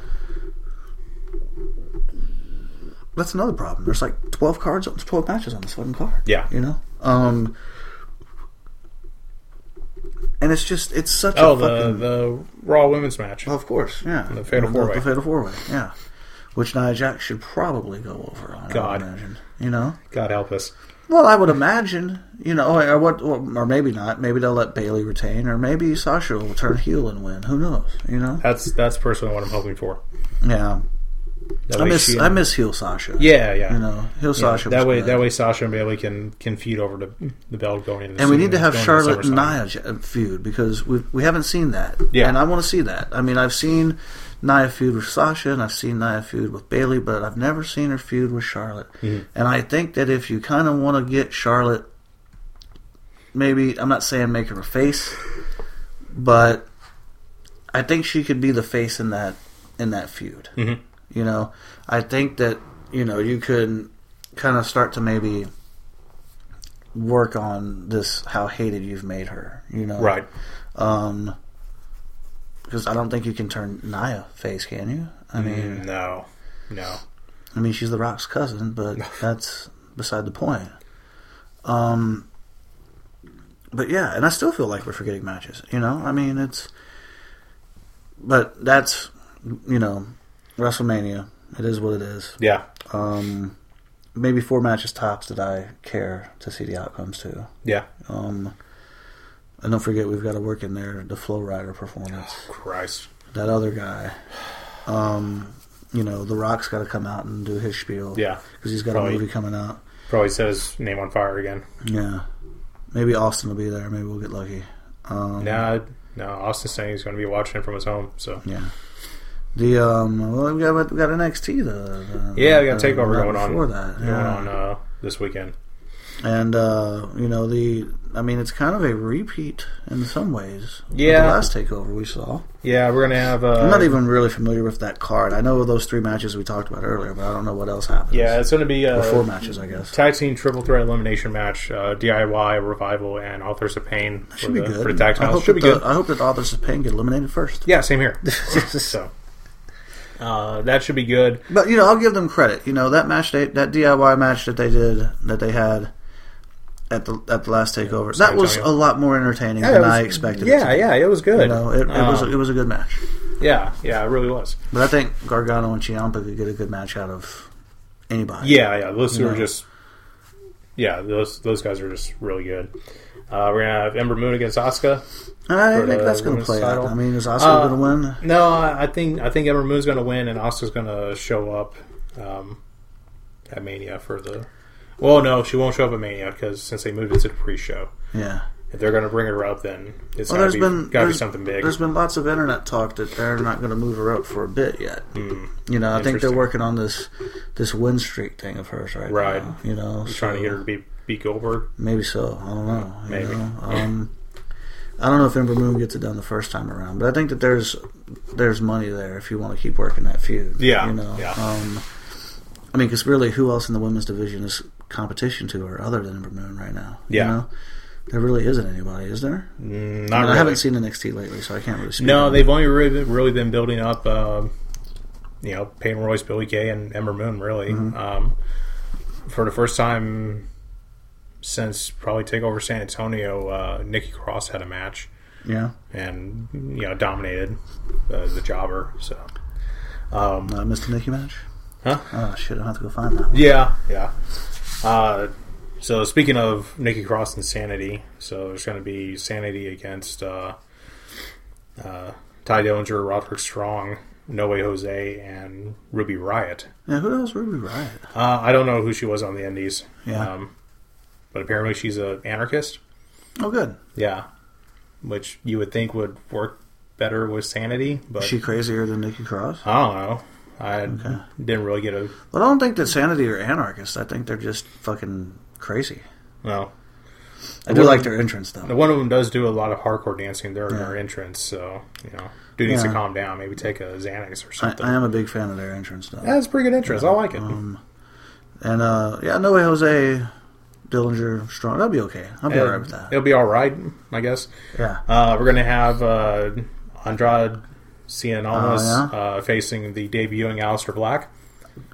C: That's another problem. There's like 12 cards, 12 matches on this fucking card.
D: Yeah.
C: you know. Um, and it's just it's such
D: Oh,
C: a
D: the,
C: fucking
D: the Raw women's match.
C: of course, yeah.
D: the Fatal Four-Way.
C: The Fatal Four Way, yeah. Which Nia Jax should probably go over on.
D: God.
C: I would imagine. You know.
D: God help us.
C: Well, I would imagine, you know, or what, or maybe not. Maybe they'll let Bailey retain, or maybe Sasha will turn heel and win. Who knows? You know?
D: That's that's personally what I'm hoping for.
C: Yeah,
D: That
C: I
D: way
C: miss
D: she
C: I
D: and-
C: miss heel Sasha.
D: Yeah, yeah.
C: you know, heel Sasha.
D: that
C: was
D: way,
C: good.
D: that way, Sasha and Bailey can can feed over to the belt going into.
C: And we need to have
D: going
C: Charlotte and
D: SummerSlam.
C: Nia j- uh, feud because we we haven't seen that.
D: Yeah.
C: and I want to see that. I mean, I've seen Nia feud with Sasha, and I've seen Nia feud with Bailey, but I've never seen her feud with Charlotte. And I think that if you kind of want to get Charlotte, maybe I'm not saying make her a face, but I think she could be the face in that in that feud. You know, I think that you know you could kind of start to maybe work on this how hated you've made her. You know,
D: Right.
C: Um, because I don't think you can turn Naya face, can you? I mean,
D: No, no.
C: I mean she's the Rock's cousin, but that's beside the point. Um, but yeah, and I still feel like we're forgetting matches. You know, I mean it's, but that's you know, WrestleMania. It is what it is.
D: Yeah,
C: Um, maybe four matches tops that I care to see the outcomes to.
D: yeah.
C: Um, and don't forget, we've got to work in there the Flow Rider performance.
D: Christ.
C: That other guy, um, you know, The Rock's got to come out and do his spiel.
D: Yeah.
C: because he's got
D: Probably.
C: a movie coming out.
D: Probably set his name on fire again.
C: Yeah, maybe Austin will be there. Maybe we'll get lucky. Um,
D: Nah, no. Austin's saying he's going to be watching it from his home. So
C: yeah. The um, well, we got we got NXT the, the
D: yeah, we got
C: the-
D: takeover
C: the night
D: going on.
C: before that
D: going
C: yeah.
D: on uh, this weekend.
C: and uh, you know the I mean it's kind of a repeat in some ways. of
D: Yeah.
C: the last takeover we saw.
D: Yeah, we're going to have. Uh,
C: I'm not even really familiar with that card. I know of those three matches we talked about earlier, but I don't know what else happened.
D: Yeah, it's going to be uh,
C: or four matches, I guess.
D: tag team triple threat elimination match, uh, DIY revival, and authors of pain for
C: Should be
D: the,
C: good.
D: for the tag
C: I
D: titles.
C: hope,
D: Should be
C: that the,
D: good.
C: I hope that the authors of pain get eliminated first.
D: yeah, same here. so uh, that should be good.
C: But you know, I'll give them credit. You know that match, they, that DIY match that they did, that they had at the at the last takeover, that
D: San
C: was a
D: Antonio.
C: lot more entertaining than I expected.
D: Yeah,
C: it to be.
D: yeah, it was good.
C: You know, it, it was
D: Um,
C: it was a good match.
D: yeah, yeah, it really was.
C: But I think Gargano and Ciampa could get a good match out of anybody.
D: Yeah, yeah. Those two
C: No.
D: are just yeah, those those guys are just really good. Uh, we're gonna have Ember Moon against Asuka.
C: I
D: For
C: think
D: the
C: that's going to
D: women's
C: play
D: uh, title.
C: out. I mean, is Oscar
D: Uh,
C: going to win?
D: No, I I think I think Ember Moon's gonna win, and Asuka's gonna show up um, at Mania for the. Well, no, she won't show up at Mania because since they moved it to the pre-show,
C: Yeah.
D: if they're gonna bring her up, then it's
C: Well,
D: gotta,
C: there's
D: be,
C: been
D: gotta be
C: there's-
D: something big.
C: There's been lots of internet talk that they're not going to move her up for a bit yet. You know, I think they're
D: Hmm. Interesting.
C: working on this this win streak thing of hers right,
D: Right.
C: now. You know,
D: Trying to
C: so-
D: get her to be beat Goldberg.
C: Maybe so. I don't know. you
D: Maybe.
C: know? Um, I don't know if Ember Moon gets it done the first time around, but I think that there's there's money there if you want to keep working that feud.
D: Yeah,
C: You know.
D: yeah.
C: Um, I mean, because really, who else in the women's division is competition to her other than Ember Moon right now? you
D: Yeah.
C: know? There really isn't anybody, is there?
D: Mm,
C: I,
D: Not
C: mean,
D: really.
C: I haven't seen NXT lately, so I can't really speak.
D: No,
C: on
D: they've only really been, really been building up, um, you know, Peyton Royce, Billy Kay, and Ember Moon really um, for the first time since probably Takeover San Antonio. Uh, Nikki Cross had a match
C: it. Yeah.
D: and you know dominated uh, the jobber. So um,
C: Uh, missed the Nikki match?
D: Huh?
C: Oh, shit. I'll have to go find that.
D: yeah, yeah. Uh, so speaking of Nikki Cross and Sanity, so there's going to be Sanity against uh, uh, Ty Dillinger, Roderick Strong, No Way Jose, and Ruby Riot.
C: Yeah, who else? Ruby Riot.
D: Uh, I don't know who she was on the Indies,
C: Yeah.
D: um, but apparently she's an anarchist.
C: Oh, good.
D: Yeah, which you would think would work better with Sanity, but
C: Is she crazier than Nikki Cross?
D: I don't know. I didn't really get a
C: But I don't think that Sanity are anarchists. I think they're just fucking crazy.
D: well.
C: I do like their entrance though.
D: One of them does do a lot of hardcore dancing during
C: Yeah.
D: her entrance, so you know, dude needs
C: Yeah.
D: to calm down. Maybe take a Xanax or
C: I,
D: something.
C: I Mm-hmm. am a big fan of their entrance though.
D: That's pretty good entrance. I like it.
C: And uh, yeah, no way, Jose Dillinger Strong. That'll be okay. I'll be
D: And
C: alright with that.
D: It'll be all right, I guess.
C: Yeah.
D: Uh, we're gonna have uh, Andrade Cien Almas
C: Oh,
D: uh, facing the debuting Aleister Black.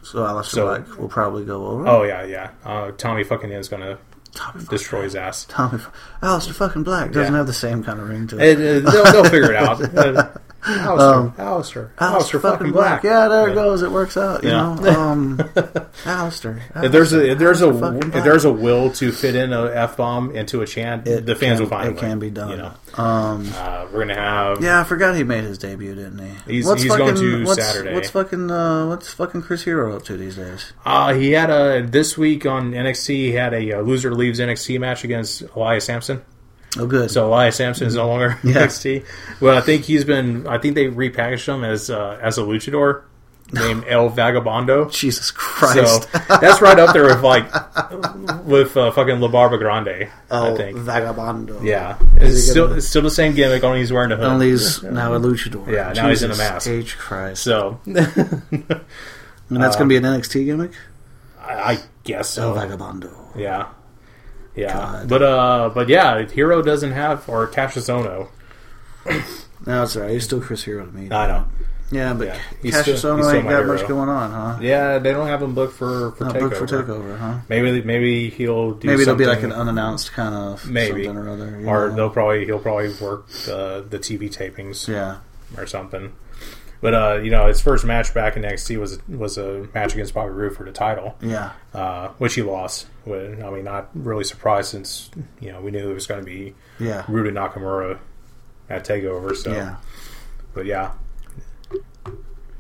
C: So Alistair
D: so-
C: Black will probably go over.
D: Oh yeah, yeah. Uh, Tommy fucking is gonna
C: Tommy, fuck-
D: destroy his ass.
C: Tommy, fuck- Alistair fucking Black doesn't
D: Yeah.
C: have the same kind of ring to it.
D: And, uh, they'll, they'll figure it out. Uh, Alistair,
C: Um,
D: Alistair,
C: Alistair
D: Alistair fucking Black.
C: Yeah, there it
D: Yeah.
C: goes. It works out. You
D: Yeah.
C: know, um, Alistair.
D: If there's a
C: Alistair,
D: if there's a
C: Alistair fucking
D: if
C: Black.
D: there's a will to fit in a f bomb into a chant,
C: It
D: the fans
C: can-
D: will find a
C: it
D: way,
C: can be done.
D: You know,
C: Um,
D: uh, we're gonna have
C: Yeah, I forgot he made his debut, didn't he?
D: He's- he's going to
C: what's,
D: Saturday.
C: What's fucking uh, what's fucking Chris Hero up to these days?
D: Uh, he had a this week on NXT. He had a uh, loser leaves NXT match against Elias Sampson.
C: Oh, good.
D: So Elias Sampson is no longer
C: Yeah.
D: NXT. Well, I think he's been. I think they repackaged him as uh, as a luchador named El Vagabondo.
C: Jesus
D: So
C: Christ,
D: that's right up there with like with uh, fucking La Barba Grande.
C: El
D: I think
C: vagabondo.
D: Yeah,
C: Oh. Is
D: it's
C: he
D: still
C: gonna-
D: it's still the same gimmick. Only he's wearing a hood.
C: Only he's now a luchador.
D: Yeah, now he's in a
C: Jesus
D: mask.
C: H Christ,
D: so uh,
C: and that's gonna be an NXT gimmick. Oh,
D: I, I guess
C: El
D: so.
C: vagabondo.
D: yeah, yeah.
C: God.
D: But uh, but yeah, Hero doesn't have or Cassius Ono.
C: No, it's alright. He's still Chris Hero to me.
D: I don't.
C: yeah, but
D: yeah, he's
C: Cassius
D: still-
C: Ono
D: he's still
C: ain't
D: my
C: got
D: hero.
C: much going on, huh?
D: Yeah, they don't have him booked for for
C: Not
D: takeover.
C: booked for takeover, huh?
D: Maybe maybe he'll do
C: Maybe it'll be like
D: something-
C: an unannounced kind of
D: Maybe.
C: something or other. you
D: or
C: know?
D: they'll probably he'll probably work the the TV tapings
C: yeah.
D: or something. But uh, you know, his first match back in NXT was was a match against Bobby Roode for the title.
C: Yeah,
D: uh, which he lost. When- I mean, not really surprised since you know we knew it was going to be
C: yeah,
D: Rude and Nakamura at Takeover. So,
C: yeah.
D: but yeah,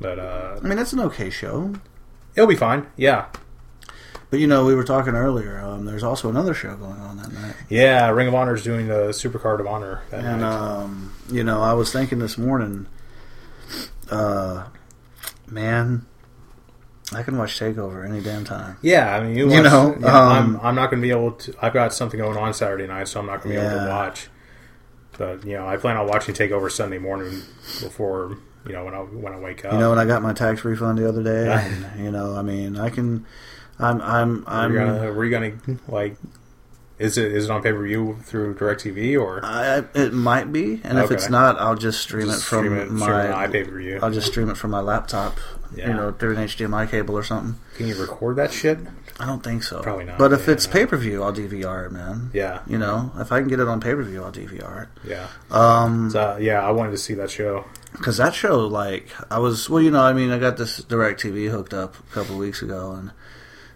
D: but uh,
C: I mean, that's an okay show.
D: it'll be fine. Yeah,
C: But you know, we were talking earlier. Um, there's also another show going on that night,
D: yeah. Ring of Honor is doing the Supercard of Honor. That
C: and
D: night.
C: um, you know, I was thinking this morning, uh, man, I can watch Takeover any damn time.
D: yeah, I mean, you,
C: you
D: watch-
C: know,
D: yeah,
C: um,
D: I'm, I'm not going to be able to. I've got something going on Saturday night, so I'm not going to be able
C: Yeah.
D: to watch. But you know, I plan on watching Takeover Sunday morning before you know when I when I wake up.
C: You know, when I got my tax refund the other day, and, you know, I mean, I can, I'm, I'm,
D: Are
C: I'm. uh,
D: you gonna, were you gonna like? Is it is it on pay per view through Directv or
C: I, it might be, and if
D: Okay.
C: it's not, I'll just stream
D: Just
C: it from
D: stream it- stream it
C: my.
D: on iPay-per-view.
C: I'll just stream it from my laptop,
D: Yeah.
C: you know, through an HDMI cable or something.
D: can you record that shit?
C: I don't think so.
D: Probably not,
C: But if
D: yeah.
C: it's pay per view, I'll DVR it, man.
D: Yeah,
C: You know, if I can get it on pay per view, I'll DVR it.
D: yeah,
C: Um,
D: So, yeah. I wanted to see that show.
C: because that show, like, I was well, you know, I mean, I got this Direct TV hooked up a couple weeks ago, and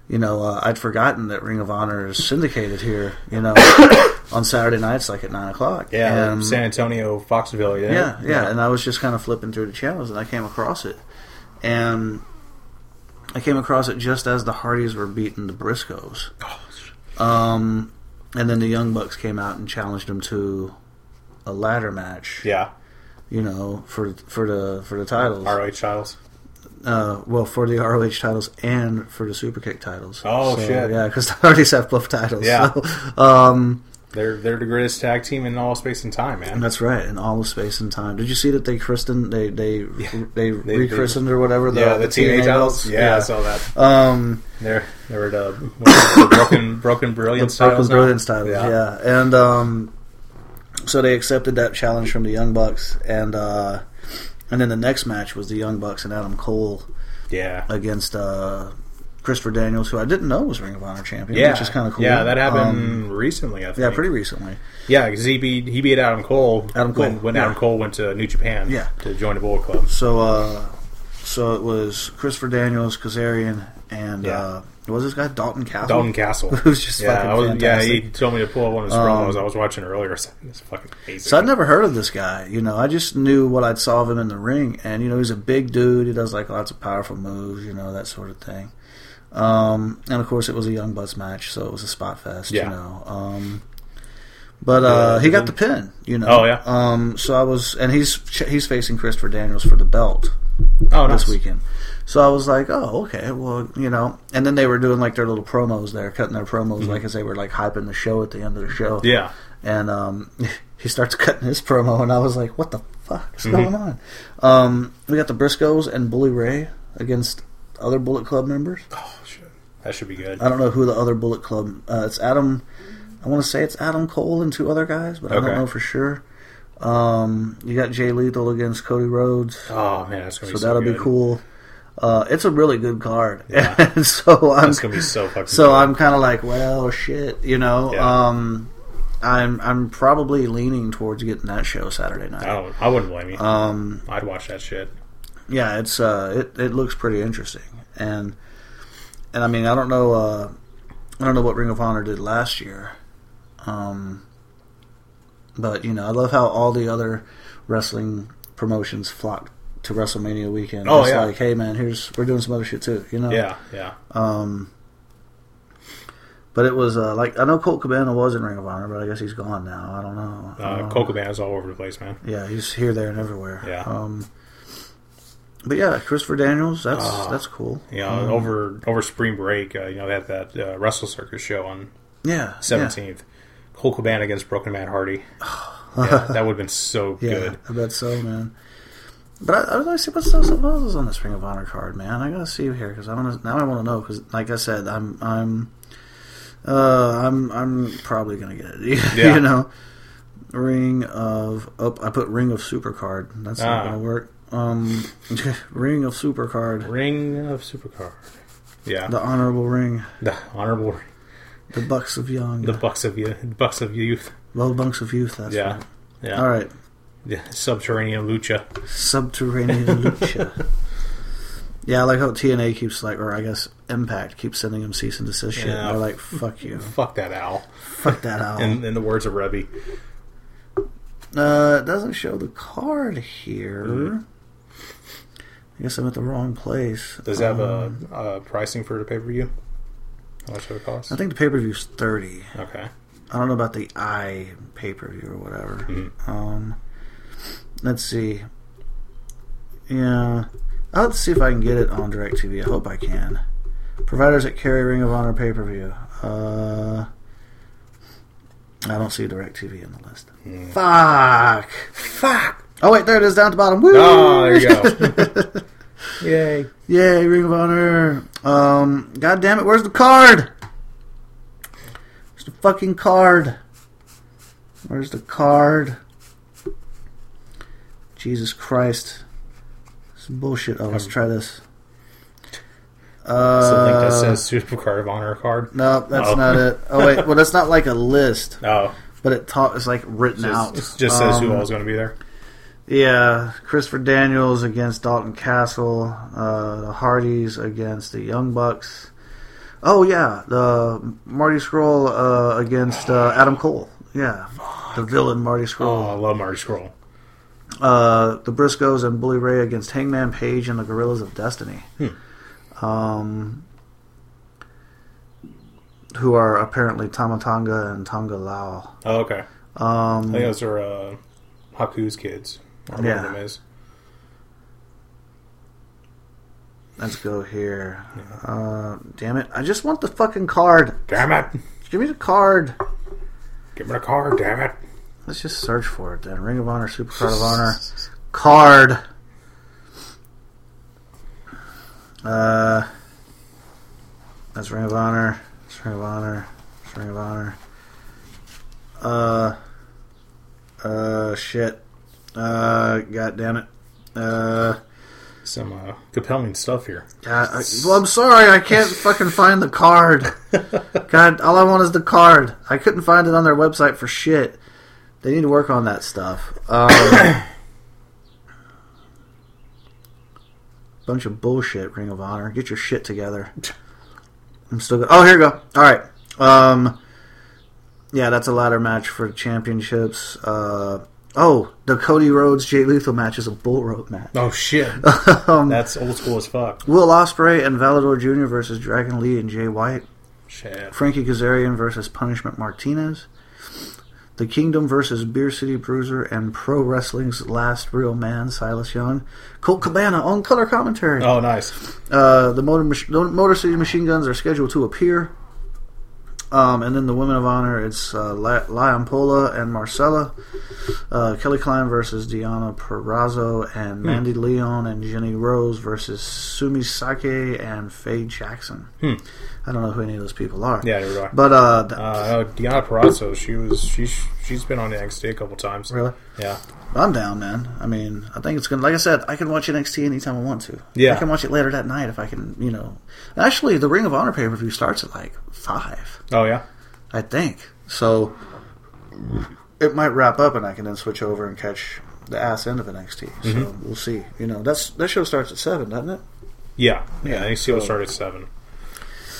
C: you know, uh, I'd forgotten that Ring of Honor is syndicated here, you know, on Saturday nights, like at 9 o'clock.
D: Yeah,
C: And-
D: San Antonio, Foxville. Yeah,
C: yeah, Um, yeah, And I was just kind of flipping through the channels, and I came across it, and I came across it just as the Hardys were beating the Briscoes. Um, and then the Young Bucks came out and challenged them to a ladder match.
D: yeah.
C: you know, for for the for the titles.
D: ROH titles.
C: Uh, well, for the ROH titles and for the Superkick titles.
D: Oh,
C: So,
D: shit.
C: Yeah, because the Hardys have both titles.
D: Yeah.
C: so, um,
D: They're they're the greatest tag team in all space and time, man.
C: that's right. In all of space and time. Did you see that they christened they they they,
D: they-
C: rechristened or whatever? The,
D: yeah, the, teenage idols. Yeah, I
C: Yeah.
D: saw that.
C: Um,
D: They're they're the, what is it, the broken broken brilliance.
C: the Broken
D: titles now?
C: Brilliance titles. Yeah. and um, so they accepted that challenge from the Young Bucks, and uh, and then the next match was the Young Bucks and Adam Cole.
D: yeah.
C: against uh, Christopher Daniels, who I didn't know was Ring of Honor champion,
D: yeah,
C: which is kind of cool.
D: Yeah, that happened
C: Um,
D: recently. I think.
C: yeah, pretty recently.
D: Yeah, because he beat he beat Adam Cole.
C: Adam Cole,
D: when, when Adam
C: yeah.
D: Cole went to New Japan.
C: Yeah.
D: to join the Bullet Club.
C: So, uh, so it was Christopher Daniels, Kazarian, and
D: Yeah.
C: uh, what was this guy Dalton Castle?
D: Dalton Castle.
C: Who's just fucking
D: I was-
C: fantastic. Um,
D: Yeah, he told me to pull up one of his promos I was watching earlier. So it's fucking amazing.
C: So I'd never heard of this guy. You know, I just knew what I'd saw of him in the ring, and you know, he's a big dude. He does like lots of powerful moves, you know, that sort of thing. Um, and of course, it was a young butts match, so it was a spot fest.
D: Yeah.
C: You know, um, but uh, he got the pin. You know.
D: Oh, yeah.
C: Um, so I was, and he's he's facing Christopher Daniels for the belt
D: oh, nice.
C: this weekend. So I was like, oh, okay, well, you know. And then they were doing like their little promos there, cutting their promos like as they were like hyping the show at the end of the show
D: Mm-hmm. Yeah,
C: and um, he starts cutting his promo, and I was like, "What the fuck
D: Mhm.
C: is going on?" Um, we got the Briscoes and Bully Ray against other Bullet Club members.
D: that should be good.
C: I don't know who the other Bullet Club. Uh, it's Adam. I want to say it's Adam Cole and two other guys, but I
D: Okay.
C: don't know for sure. Um, you got Jay Lethal against Cody Rhodes,
D: Oh man, that's gonna
C: so
D: be so
C: that'll be
D: good.
C: cool. Uh, it's a really good card, and so I'm
D: That's gonna be so fucking.
C: so
D: cool.
C: I'm kind of like, well, shit, you know.
D: Yeah.
C: Um, I'm I'm probably leaning towards getting that show Saturday night.
D: I don't. I wouldn't blame you.
C: Um,
D: I'd watch that shit.
C: yeah, it's uh, it it looks pretty interesting, and and I mean, I don't know, uh, I don't know what Ring of Honor did last year, um, but you know, I love how all the other wrestling promotions flock to WrestleMania weekend.
D: Oh,
C: it's
D: yeah.
C: like, hey man, here's we're doing some other shit too, you know.
D: Yeah, yeah.
C: Um, but it was uh, like I know Colt Cabana was in Ring of Honor, but I guess he's gone now. I don't know. I
D: Uh,
C: don't
D: Coca
C: know.
D: Bananas all over the place, man.
C: Yeah, he's here, there, and everywhere.
D: Yeah.
C: Um, but yeah, Christopher Daniels. That's
D: Ah.
C: that's cool.
D: You know,
C: Um,
D: over over spring break, uh, you know, they had that uh, Wrestle Circus show on
C: yeah, Yeah.
D: seventeenth. Cole Cabana against Broken Man Hardy. Yeah, that would have been so
C: Yeah,
D: good.
C: I bet so, man. But I, I would like to see what's something else is on this Ring of Honor card, man. I gotta see here because I want to now. I want to know because, like I said, I'm I'm uh, I'm I'm probably gonna get it.
D: Yeah.
C: you know, Ring of up. I put Ring of Supercard. That's not
D: Ah.
C: gonna work. Um, Ring of Supercard.
D: Ring of Supercar. Yeah,
C: The honorable ring,
D: the honorable
C: the bucks of young,
D: the
C: the,
D: bucks of you, bucks of youth.
C: low bunks of youth. That's
D: Yeah,
C: right.
D: yeah.
C: All right,
D: Yeah, subterranean lucha.
C: Subterranean Lucha. Yeah, I like how TNA keeps like, or I guess Impact keeps sending them cease and desist shit.
D: Yeah.
C: And they're like, "Fuck you,
D: Fuck that owl. Um,
C: fuck that out."
D: In, in the words of Rebby.
C: uh, it doesn't show the card here. I guess I'm at the wrong place.
D: Mm-hmm. Does it have
C: Um,
D: a, uh pricing for the pay per view? How much would it cost?
C: I think the pay per view's thirty.
D: Okay.
C: I don't know about the I pay per view or whatever.
D: Mm-hmm.
C: Um, let's see. Yeah, I'll have to see if I can get it on Directv. I hope I can. Providers that carry Ring of Honor pay per view. Uh, I don't see Directv on the list.
D: Mm.
C: Fuck. Fuck. Oh wait, there it is down at the bottom. Woo!
D: Oh, there you go. Yay.
C: Yay, Ring of Honor. Um, God damn it, where's the card? Where's the fucking card? Where's the card? Jesus Christ. This is bullshit. Oh,
D: Um,
C: let's try this. Uh,
D: Something that says Supercard of Honor card.
C: no, that's
D: Oh.
C: not it. Oh wait, well that's not like a list,
D: Oh,
C: but it ta- it's like written out.
D: just, just says who
C: Um,
D: all's going to be there.
C: yeah, Christopher Daniels against Dalton Castle, uh, the Hardys against the Young Bucks, Oh yeah, the Marty Scroll uh, against uh, Adam Cole. Yeah, the villain Marty
D: Oh, I
C: Scroll.
D: love Marty Scroll.
C: Uh, the Briscoes and Bully Ray against Hangman Page and the Gorillas of Destiny. Um, who are apparently Tamatanga and Tonga Lao.
D: Oh, okay. I
C: Um,
D: think those are uh, Haku's kids. Or
C: Yeah.
D: whatever it is.
C: let's go here. Uh, damn it! I just want the fucking card.
D: Damn it!
C: Give me the card.
D: Give me the card, damn it!
C: Let's just search for it then. Ring of Honor, Super Card of Honor, card. Uh, that's Ring of Honor. That's Ring of Honor. That's Ring of Honor. Uh, uh, shit. Uh, god damn it. Uh,
D: Some uh, compelling stuff here.
C: God, I, well, I'm sorry, I can't fucking find the card. God, all I want is the card. I couldn't find it on their website for shit. They need to work on that stuff. Um, bunch of bullshit, Ring of Honor. Get your shit together. I'm still good. Oh, here we go. All right. Um, yeah, that's a ladder match for championships. Uh, oh, the Cody Rhodes Jay Lethal match is a bull rope match.
D: Oh shit!
C: Um,
D: That's old school as fuck.
C: Will Ospreay and Valador Jr. versus Dragon Lee and Jay White.
D: Shit.
C: Frankie Kazarian versus Punishment Martinez. The Kingdom versus Beer City Bruiser and Pro Wrestling's last real man, Silas Young. Colt Cabana on color commentary.
D: Oh, nice.
C: Uh, the Motor, Mach- the Motor City Machine Guns are scheduled to appear. Um, and then the Women of Honor, it's uh, La- Liampola and Marcella. Uh, Kelly Klein versus Diana Perrazzo and
D: Hmm.
C: Mandy Leon and Jenny Rose versus Sumi Sake and Faye Jackson. I don't know who any of those people are.
D: Hmm. Yeah, neither do I.
C: But, uh, th-
D: Uh, Deanna Parazzo, she was she's she's been on NXT a couple times.
C: really?
D: Yeah.
C: I'm down, man. I mean, I think it's gonna. Like I said, I can watch NXT anytime I want to. I
D: Yeah.
C: can watch it later that night if I can. You know, actually, the Ring of Honor pay per view starts at like five,
D: Oh yeah.
C: I think. So it might wrap up, and I can then switch over and catch the ass end of NXT. So
D: Mm-hmm.
C: we'll see. You know, that's that show starts at seven, doesn't it?
D: Yeah. Yeah.
C: Yeah,
D: NXT will
C: so-
D: start at seven.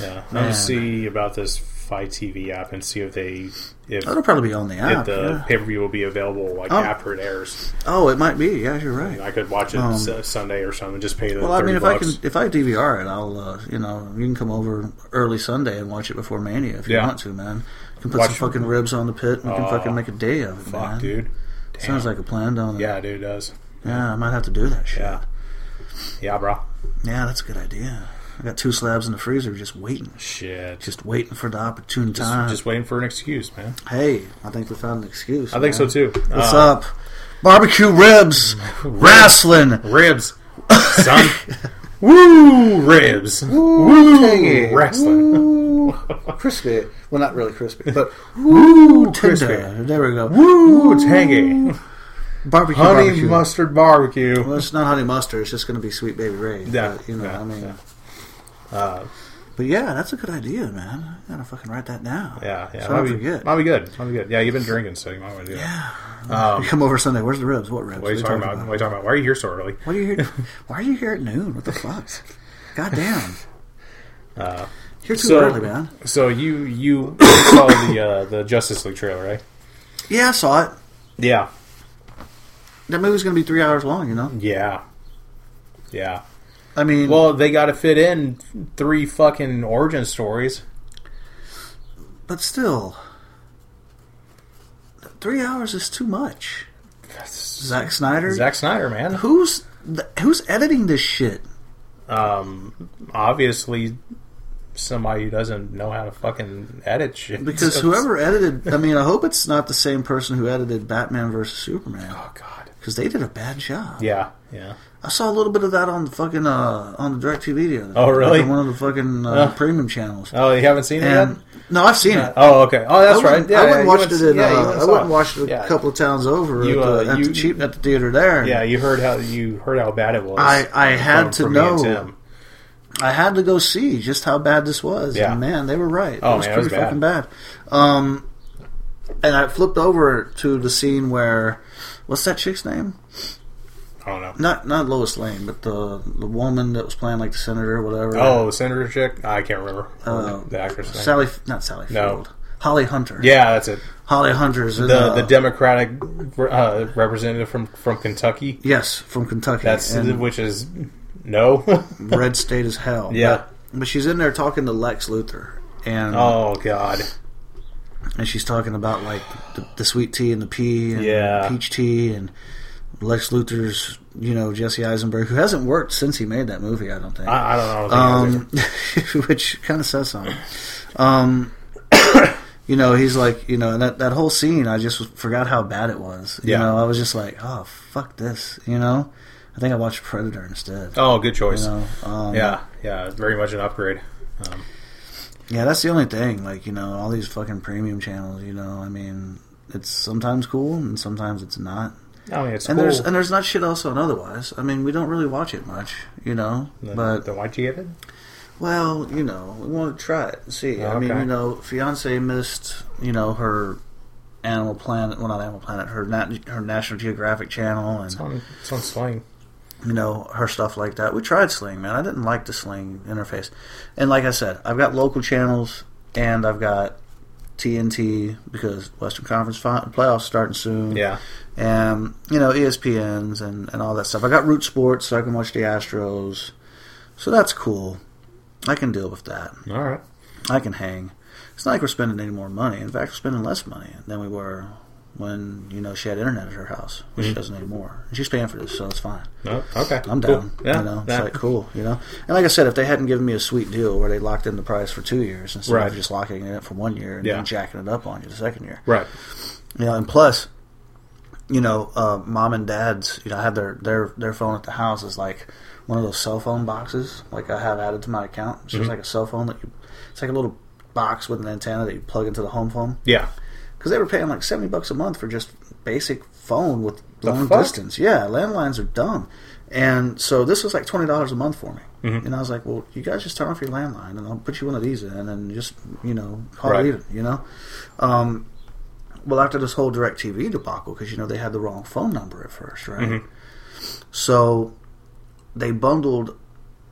D: Yeah. I'm
C: Man.
D: gonna see about this Fight TV app and see if they if,
C: That'll probably be on the
D: if
C: app.
D: the
C: Oh, yeah.
D: pay per view will be available like
C: Oh.
D: after it airs.
C: Oh, it might be. Yeah, you're right.
D: I could watch it s- Sunday or something. Just pay the
C: Um, Well, I
D: thirty
C: mean, if
D: bucks.
C: I can, if I DVR it, I'll, uh, you know, you can come over early Sunday and watch it before Mania if you
D: Yeah.
C: want to, man. You can put
D: Watch-
C: some fucking ribs on the pit. and We can
D: Oh,
C: fucking make a day of it,
D: Fuck,
C: man.
D: dude.
C: Sounds like a plan, don't it?
D: Yeah, dude, it does.
C: yeah. I might have to do that shit.
D: Yeah. Yeah, bro.
C: Yeah, that's a good idea. I got two slabs in the freezer, just waiting,
D: Shit. Just,
C: just waiting for the opportune time.
D: just waiting for an excuse, man.
C: hey, I think we found an excuse.
D: I think so too.
C: What's
D: Uh,
C: up? Barbecue ribs, wrestling.
D: Uh, Ribs. Son. Woo! Ribs. Woo!
C: tangy.
D: Wrestling.
C: Ooh, crispy. Well, not really crispy, but
D: Woo!
C: tender.
D: Crispy.
C: There we go.
D: Woo! Tangy.
C: Barbecue,
D: Honey
C: barbecue.
D: mustard barbecue.
C: Well, it's not honey mustard. It's just going to be sweet baby Ray.
D: Yeah,
C: But, you know,
D: yeah,
C: I mean.
D: yeah. Uh,
C: but yeah, that's a good idea, man. I gotta fucking write that down.
D: Yeah,
C: So
D: yeah.
C: I
D: might,
C: don't
D: be,
C: forget.
D: might be good. Might be good. Yeah, you've been drinking, so you might want to do that.
C: You come over Sunday. Where's the ribs? What ribs?
D: Um, What are you talking about? What are you talking about? Why are you here so early?
C: What are you here? Why are you here at noon? What the fuck? God damn. You're too
D: Uh, so-
C: early, man.
D: So you you saw the uh, the Justice League trailer, right?
C: Yeah, I saw it.
D: Yeah.
C: That movie's gonna be three hours long. You know.
D: Yeah. Yeah.
C: I mean,
D: Well, they got to fit in three fucking origin stories.
C: but still, three hours is too much. Zack Snyder.
D: Zack Snyder, man.
C: Who's th- who's editing this shit?
D: Um, obviously, somebody who doesn't know how to fucking edit shit.
C: Because whoever edited, I mean, I hope it's not the same person who edited Batman versus Superman
D: Oh God.
C: because they did a bad job.
D: Yeah. Yeah.
C: I saw a little bit of that on the fucking uh, on the Directv the other
D: Oh,
C: day,
D: really?
C: On one of the fucking uh, premium channels.
D: Oh, you haven't seen it
C: and
D: yet?
C: no, I've seen it.
D: Oh, okay. Oh, that's
C: I went,
D: right. Yeah,
C: I
D: yeah,
C: went
D: you
C: and watched
D: went-
C: it. In,
D: yeah, you
C: uh,
D: went
C: I
D: saw
C: went and watched it
D: Yeah.
C: a couple of towns over
D: You,
C: at, the,
D: uh,
C: at,
D: you-
C: the cheap, at the theater there.
D: Yeah, you heard how you heard how bad it was.
C: I- I had to
D: me and
C: know.
D: Tim.
C: I had to go see just how bad this was.
D: Yeah.
C: And man, they were right.
D: Oh,
C: it was
D: man, it was
C: pretty
D: bad.
C: fucking bad. Um, and I flipped over to the scene where what's that chick's name?
D: I don't know.
C: Not not Lois Lane, but the the woman that was playing like the senator, or whatever.
D: Oh, the senator chick. I can't remember
C: Uh,
D: the actress. Name.
C: Sally, not Sally
D: No.
C: Field. Holly Hunter.
D: Yeah, that's it.
C: Holly Hunter's in,
D: The
C: uh,
D: the Democratic uh, representative from from Kentucky.
C: yes from Kentucky.
D: That's
C: and
D: which is no.
C: red state as hell.
D: Yeah.
C: but, but she's in there talking to Lex Luthor, and
D: oh God.
C: and she's talking about like the, the sweet tea and the pea and
D: Yeah.
C: peach tea and Lex Luthor's you know Jesse Eisenberg who hasn't worked since he made that movie. I don't think.
D: I, I don't know. I don't think I was there.
C: um, which kind of says something. Um, you know, he's like, you know, and that, that whole scene, I just forgot how bad it was. You
D: Yeah.
C: know, I was just like, oh, fuck this. You know, I think I watched Predator instead.
D: Oh, good choice.
C: You know, um,
D: Yeah, yeah, very much an upgrade. Um,
C: yeah, that's the only thing. Like, you know, all these fucking premium channels. You know, I mean, it's sometimes cool and sometimes it's not.
D: I mean, it's
C: And
D: cool.
C: there's and there's not shit else on otherwise. I mean, we don't really watch it much. You know,
D: Then-
C: but
D: then why'd you get it?
C: Well, you know, we want to try it and see. I mean,
D: Okay.
C: you know, fiance missed, you know, her Animal Planet, well, not Animal Planet, her nat- her National Geographic channel, and
D: It's on, it's on Sling.
C: you know her stuff like that. We tried Sling, man. I didn't like the Sling interface, and like I said, I've got local channels and I've got TNT because Western Conference fi- playoffs starting soon.
D: Yeah,
C: and you know E ESPNs and and all that stuff. I got Root Sports, so I can watch the Astros, so that's cool. I can deal with that.
D: all right.
C: I can hang. It's not like we're spending any more money. In fact, we're spending less money than we were when you know she had internet at her house, which she doesn't anymore. And she's paying for this, so it's fine.
D: No, okay,
C: I'm
D: cool.
C: down.
D: Yeah,
C: you know, it's
D: yeah.
C: like cool. You know, and like I said, if they hadn't given me a sweet deal where they locked in the price for two years instead
D: Right.
C: of just locking it for one year and
D: Yeah.
C: then jacking it up on you the second year,
D: right.
C: you know, and plus, you know, uh, mom and dad's, you know, I have their their their phone at the house is like one of those cell phone boxes, like I have added to my account. It's
D: Mm-hmm.
C: just like a cell phone that you, it's like a little box with an antenna that you plug into the home phone
D: Yeah,
C: because they were paying like seventy bucks a month for just basic phone with
D: The
C: long
D: fuck?
C: distance. Yeah, landlines are dumb, and so this was like twenty dollars a month for me.
D: Mm-hmm.
C: And I was like, well, you guys just turn off your landline, and I'll put you one of these in, and just you know call
D: Right.
C: it even. You know, um, well after this whole Directv debacle, because you know they had the wrong phone number at first, right?
D: Mm-hmm.
C: So they bundled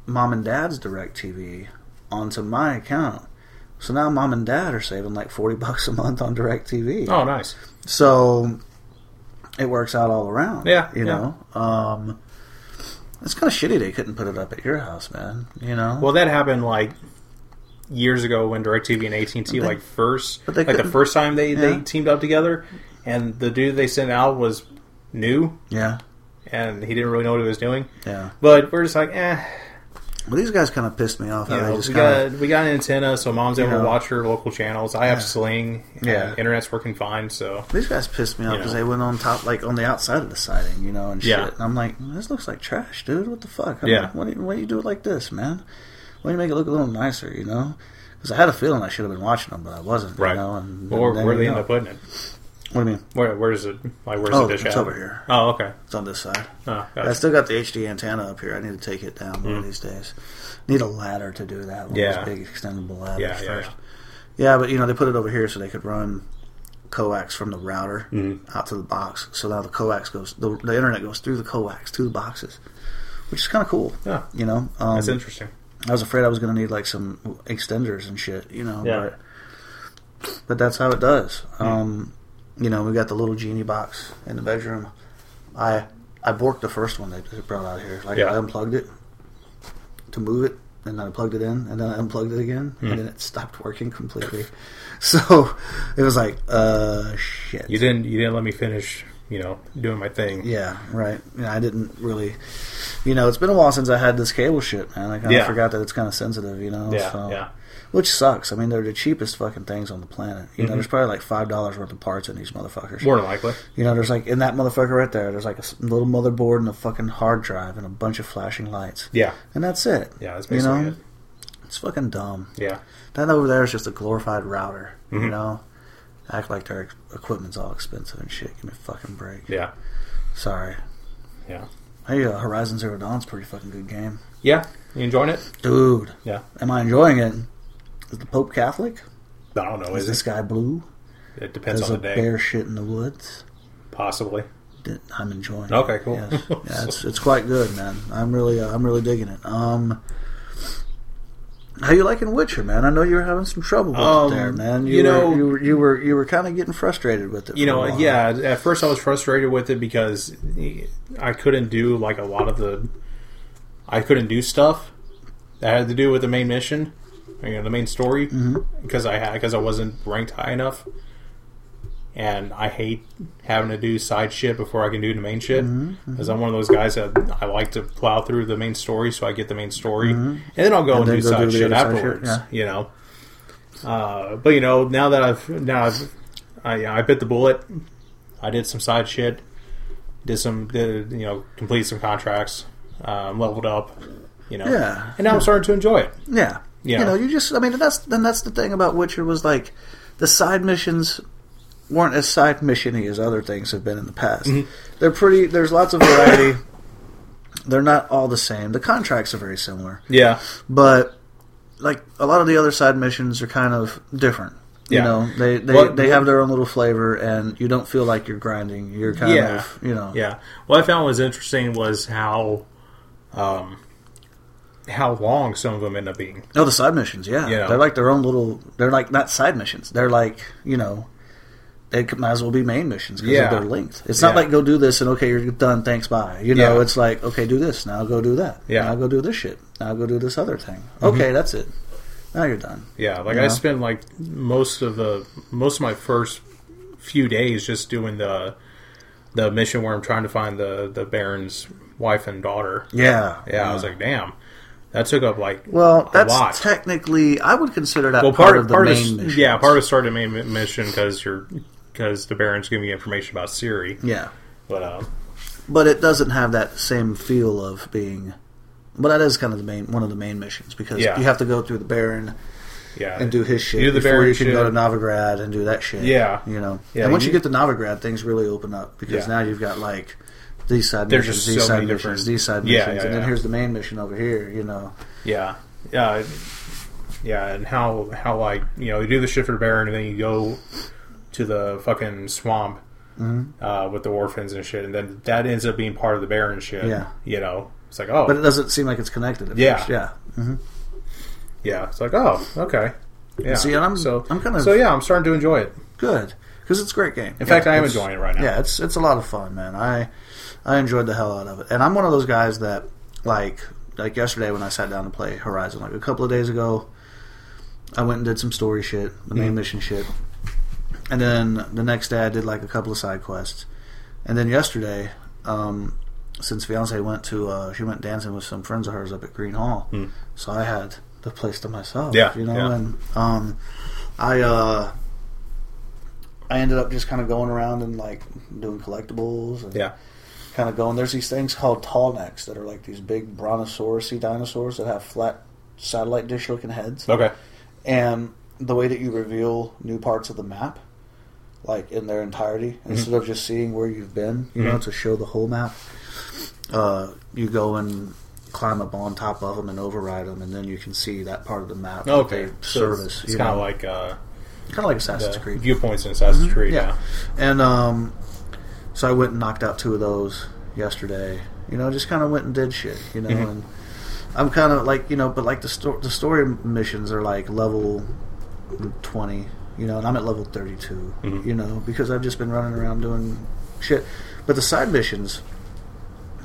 C: mom and dad's Directv onto my account. So now mom and dad are saving like forty bucks a month on Directv.
D: oh, nice.
C: So it works out all around.
D: Yeah,
C: You
D: yeah.
C: know? Um it's kind of shitty they couldn't put it up at your house, man. You know,
D: Well, that happened like years ago when Directv and AT and T like first,
C: they
D: like the
C: couldn't-
D: first time they they
C: Yeah.
D: teamed up together, and the dude they sent out was new,
C: yeah,
D: and he didn't really know what he was doing.
C: yeah.
D: But we're just like, eh,
C: Well, these guys kind of pissed me off.
D: you
C: How they
D: know,
C: just
D: we
C: kind
D: got
C: of
D: we got an antenna, so mom's able
C: know.
D: to watch her local channels. I have Sling, and
C: Yeah.
D: internet's working fine. So
C: these guys pissed me off
D: know.
C: because they went on top, like on the outside of the siding, you know, and shit.
D: Yeah.
C: And I'm like, this looks like trash, dude. What the fuck? I'm
D: Yeah.
C: Like, why, do you, why do you do it like this, man? Why do you make it look a little nicer, you know? Because I had a feeling I should have been watching them, but I wasn't, you
D: right,
C: know. And
D: or
C: then
D: where
C: you
D: they
C: know.
D: end up putting it?
C: What do you mean?
D: Where where's it? Like where's
C: Oh,
D: the dish
C: it's
D: at?
C: over here.
D: Oh, okay.
C: It's on this side.
D: Oh,
C: I
D: gotcha.
C: still got the HD antenna up here. I need to take it down one of these days. Need a ladder to do that. One
D: Hmm. Yeah.
C: of those big extendable ladders
D: Yeah, yeah,
C: first. Yeah. but you know they put it over here so they could run coax from the router
D: Hmm.
C: out to the box. So now the coax goes, the, the internet goes through the coax to the boxes, which is kind of cool.
D: Yeah.
C: You know, um,
D: that's interesting.
C: I was afraid I was going to need like some extenders and shit, you know.
D: Yeah.
C: But, but that's how it does. Um, you know, we got the little genie box in the bedroom. I I borked the first one they they brought out here. Like
D: Yeah.
C: I unplugged it to move it, and then I plugged it in, and then I unplugged it again,
D: Hmm.
C: and then it stopped working completely. so it was like, uh, shit.
D: You didn't you didn't let me finish. You know, doing my thing.
C: Yeah, right. You know, I didn't really, you know, it's been a while since I had this cable shit, man. I kind of
D: Yeah.
C: forgot that it's kind of sensitive, you know.
D: Yeah,
C: so,
D: yeah.
C: Which sucks. I mean, they're the cheapest fucking things on the planet. You
D: Mm-hmm.
C: know, there's probably like five dollars worth of parts in these motherfuckers.
D: More than likely.
C: You know, there's like in that motherfucker right there. There's like a s- little motherboard and a fucking hard drive and a bunch of flashing lights.
D: Yeah.
C: And that's it.
D: Yeah, that's
C: you
D: basically
C: know,
D: it.
C: it's fucking dumb.
D: Yeah.
C: That over there is just a glorified router.
D: Mm-hmm.
C: You know, act like their equipment's all expensive and shit. Give me a fucking break.
D: Yeah.
C: Sorry.
D: Yeah.
C: Hey, uh, Horizon Zero Dawn's a pretty fucking good game,
D: Yeah. You enjoying it?
C: dude.
D: Yeah.
C: Am I enjoying it? Is the Pope Catholic?
D: I don't know.
C: Is
D: Is
C: the
D: it?
C: sky blue?
D: It depends
C: Does
D: on
C: a
D: the day.
C: bear shit in the woods?
D: Possibly.
C: that I'm enjoying.
D: Okay, cool.
C: Yes. Yeah, it's it's quite good, man. I'm really uh, I'm really digging it. Um, how you liking Witcher, man? I know you were having some trouble with
D: Um,
C: it there, man. You,
D: you
C: were,
D: know-
C: you were you were you were kind of getting frustrated with it.
D: you
C: for a
D: know
C: while.
D: yeah at first i was frustrated with it because i couldn't do like a lot of the i couldn't do stuff that had to do with the main mission you know the main story
C: Mm-hmm.
D: because i had because i wasn't ranked high enough and i hate having to do side shit before i can do the main shit
C: Mm-hmm.
D: because i'm one of those guys that i like to plow through the main story so i get the main story and then i'll go and,
C: Mm-hmm. then go do
D: do side
C: the
D: shit
C: other side shit,
D: afterwards
C: yeah.
D: you know uh, but you know now that i've now i've I, I bit the bullet I did some side shit, did some, did, you know, completed some contracts, um, leveled up, you know,
C: Yeah.
D: and now I'm starting to enjoy it.
C: yeah,
D: Yeah.
C: You know, you just I mean, and that's then that's the thing about Witcher was like the side missions weren't as side missiony as other things have been in the past.
D: Mm-hmm.
C: They're pretty. There's lots of variety. They're not all the same. The contracts are very similar.
D: Yeah,
C: but like a lot of the other side missions are kind of different. You
D: Yeah.
C: know, they they,
D: Well,
C: they
D: yeah.
C: have their own little flavor, and you don't feel like you're grinding. You're kind
D: Yeah.
C: of you know
D: yeah. What I found was interesting was how, um, how long some of them end up being.
C: No, the side missions, yeah.
D: Yeah.
C: They're like their own little. They're like not side missions. They're like you know, they could, might as well be main missions because
D: Yeah.
C: of their length. It's not
D: Yeah.
C: like go do this and okay, you're done. Thanks, bye. You know,
D: Yeah.
C: it's like okay, do this now. Go do that.
D: Yeah. Mm-hmm.
C: Now go do this shit. Now go do this other thing. Okay, that's it. Now you're done.
D: Yeah, like
C: Yeah.
D: I spent like most of the most of my first few days just doing the the mission where I'm trying to find the the Baron's wife and daughter.
C: Yeah.
D: Yeah, I was like, damn, that took up like
C: Well,
D: a
C: that's
D: lot.
C: technically I would consider that
D: well,
C: part, of the main
D: of,
C: mission.
D: yeah, part of starting the main mission because you're because the Baron's giving you information about Siri,
C: yeah,
D: but uh,
C: but it doesn't have that same feel of being. But that is kind of the main one of the main missions because
D: Yeah.
C: you have to go through the Baron
D: yeah,
C: and do his shit
D: You do the
C: before
D: Baron
C: you can
D: shit.
C: go to Novigrad and do that shit.
D: Yeah.
C: you know.
D: Yeah,
C: and once you,
D: you-
C: get to Novigrad, things really open up because
D: Yeah.
C: now you've got like these side
D: There's
C: missions,
D: just
C: these
D: so
C: side
D: many
C: missions,
D: different-
C: these side
D: Yeah,
C: missions,
D: yeah,
C: and then
D: yeah.
C: here's the main mission over here. You know.
D: yeah, yeah, yeah, and how how like you know you do the shit for the Baron and then you go to the fucking swamp
C: Mm-hmm.
D: uh, with the orphans and shit, and then that ends up being part of the Baron shit.
C: Yeah.
D: you know, it's like oh
C: But it doesn't seem like it's connected. At
D: Yeah.
C: first. yeah.
D: yeah, it's like oh okay. Yeah.
C: See, and I'm-
D: so
C: I'm kind of-
D: so yeah. I'm starting to enjoy it.
C: good because it's a great game.
D: In fact, I am enjoying it right now.
C: Yeah, it's it's a lot of fun, man. I I enjoyed the hell out of it, and I'm one of those guys that like like yesterday when I sat down to play Horizon, like a couple of days ago, I went and did some story shit, the
D: Mm-hmm.
C: main mission shit, and then the next day I did like a couple of side quests, and then yesterday, um, since fiance went to uh, she went dancing with some friends of hers up at Green Hall, so I had the place to myself.
D: Hmm. Yeah,
C: you know,
D: yeah.
C: and um, I uh. I ended up just kind of going around and like doing collectibles and
D: Yeah.
C: kind of going. There's these things called tall necks that are like these big brontosaurus dinosaurs that have flat satellite dish looking heads.
D: Okay.
C: And the way that you reveal new parts of the map, like in their entirety,
D: Mm-hmm.
C: instead of just seeing where you've been, you know, to show the whole map, uh, you go and climb up on top of them and override them, and then you can see that part of the map. that
D: Okay.
C: they
D: So
C: service.
D: it's, it's kind of like uh,
C: kind of like Assassin's
D: the
C: Creed. Mm-hmm.
D: viewpoints in Assassin's Creed.
C: Yeah.
D: Yeah.
C: And um, so I went and knocked out two of those yesterday. You know, just kind of went and did shit. You know, and I'm kind of like you know, but like the sto- the story missions are like level twenty. You know, and I'm at level 32 You know, because I've just been running around doing shit. But the side missions,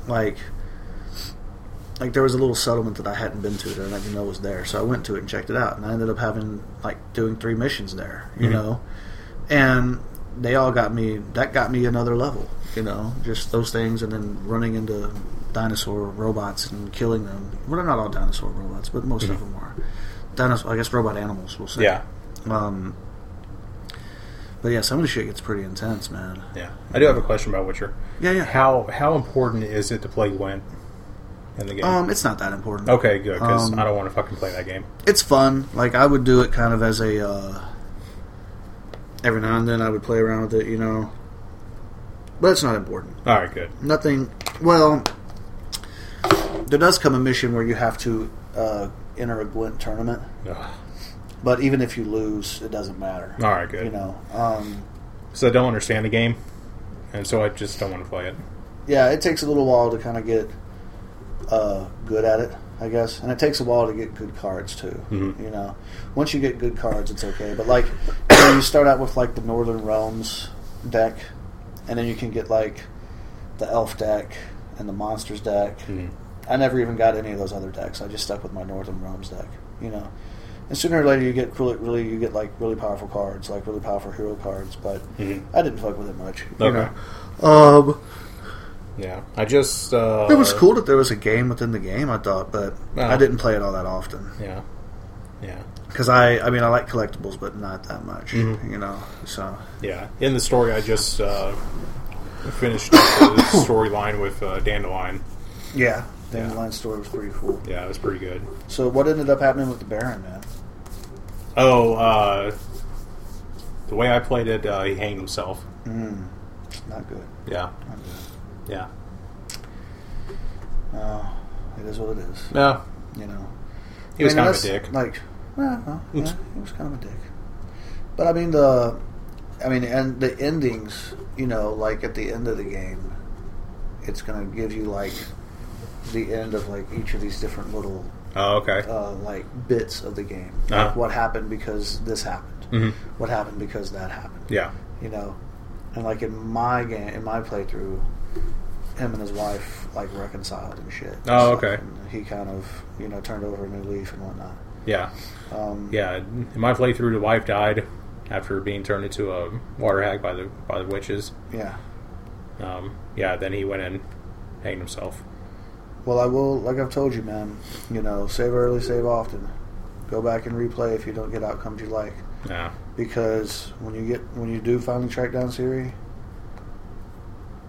C: like. Like there was a little settlement that I hadn't been to that I didn't even know was there, so I went to it and checked it out, and I ended up having like doing three missions there, you know, and they all got me that got me another level you know just those things and then running into dinosaur robots and killing them well they're not all dinosaur robots but most of them are dinosaur i guess robot animals we'll say
D: Mm-hmm. Yeah.
C: um but yeah some of the shit gets pretty intense man
D: Yeah. I do have a question about Witcher.
C: yeah yeah
D: How how important is it to play Gwent in the game?
C: um it's not that important
D: okay, good because
C: um,
D: I don't want to fucking play that game.
C: it's fun. Like I would do it kind of as a uh, every now and then I would play around with it, you know. But it's not important.
D: All right, good.
C: Nothing. Well, there does come a mission where you have to uh, enter a Gwent tournament,
D: Ugh.
C: but even if you lose, it doesn't matter.
D: All right, good.
C: You know, um,
D: So I don't understand the game. and so I just don't want to play it.
C: yeah, it takes a little while to kind of get uh, good at it, I guess, and it takes a while to get good cards too.
D: Mm-hmm.
C: You know, once you get good cards, it's okay. But like, you, know, you start out with like the Northern Realms deck, and then you can get like the Elf deck and the Monsters deck.
D: Mm-hmm.
C: I never even got any of those other decks. I just stuck with my Northern Realms deck. You know, and sooner or later you get really, really you get like really powerful cards, like really powerful hero cards. But I didn't fuck with it much. You
D: Mm-hmm. Okay.
C: know? Um,
D: Yeah, I just uh, uh-huh.
C: it was cool that there was a game within the game. I thought, but
D: Yeah.
C: I didn't play it all that often
D: Yeah, yeah,
C: because I, I mean, I like collectibles, but not that much,
D: Mm-hmm.
C: you know. So
D: yeah. In the story, I just uh, finished the storyline with uh, Dandelion.
C: yeah, the Dandelion story was pretty cool.
D: Yeah, it was pretty good.
C: So what ended up happening with the Baron, man?
D: Oh, uh, the way I played it, uh, he hanged himself.
C: Hmm, Not good.
D: Yeah, yeah.
C: No, Oh, it is what it is.
D: No,
C: You know,
D: he was
C: I mean,
D: kind of a
C: that's,
D: dick.
C: Like, well, well, yeah, he was kind of a dick. But I mean the, I mean, and the endings. You know, like at the end of the game, it's gonna give you like the end of like each of these different little
D: oh, okay.
C: uh, like bits of the game.
D: Uh-huh. Mm.
C: Like what happened because this happened. What happened because that happened.
D: Mm-hmm. yeah.
C: You know, and like in my game, in my playthrough, him and his wife like reconciled and shit.
D: Oh, okay.
C: And he kind of you know turned over a new leaf and whatnot.
D: Yeah.
C: Um,
D: Yeah. In my playthrough, the wife died after being turned into a water hag by the by the witches.
C: yeah.
D: Um, yeah. Then he went and hanged himself.
C: Well, I will. Like I've told you, man. You know, save early, save often. Go back and replay if you don't get outcomes you like.
D: Yeah.
C: Because when you get when you do finally track down Siri,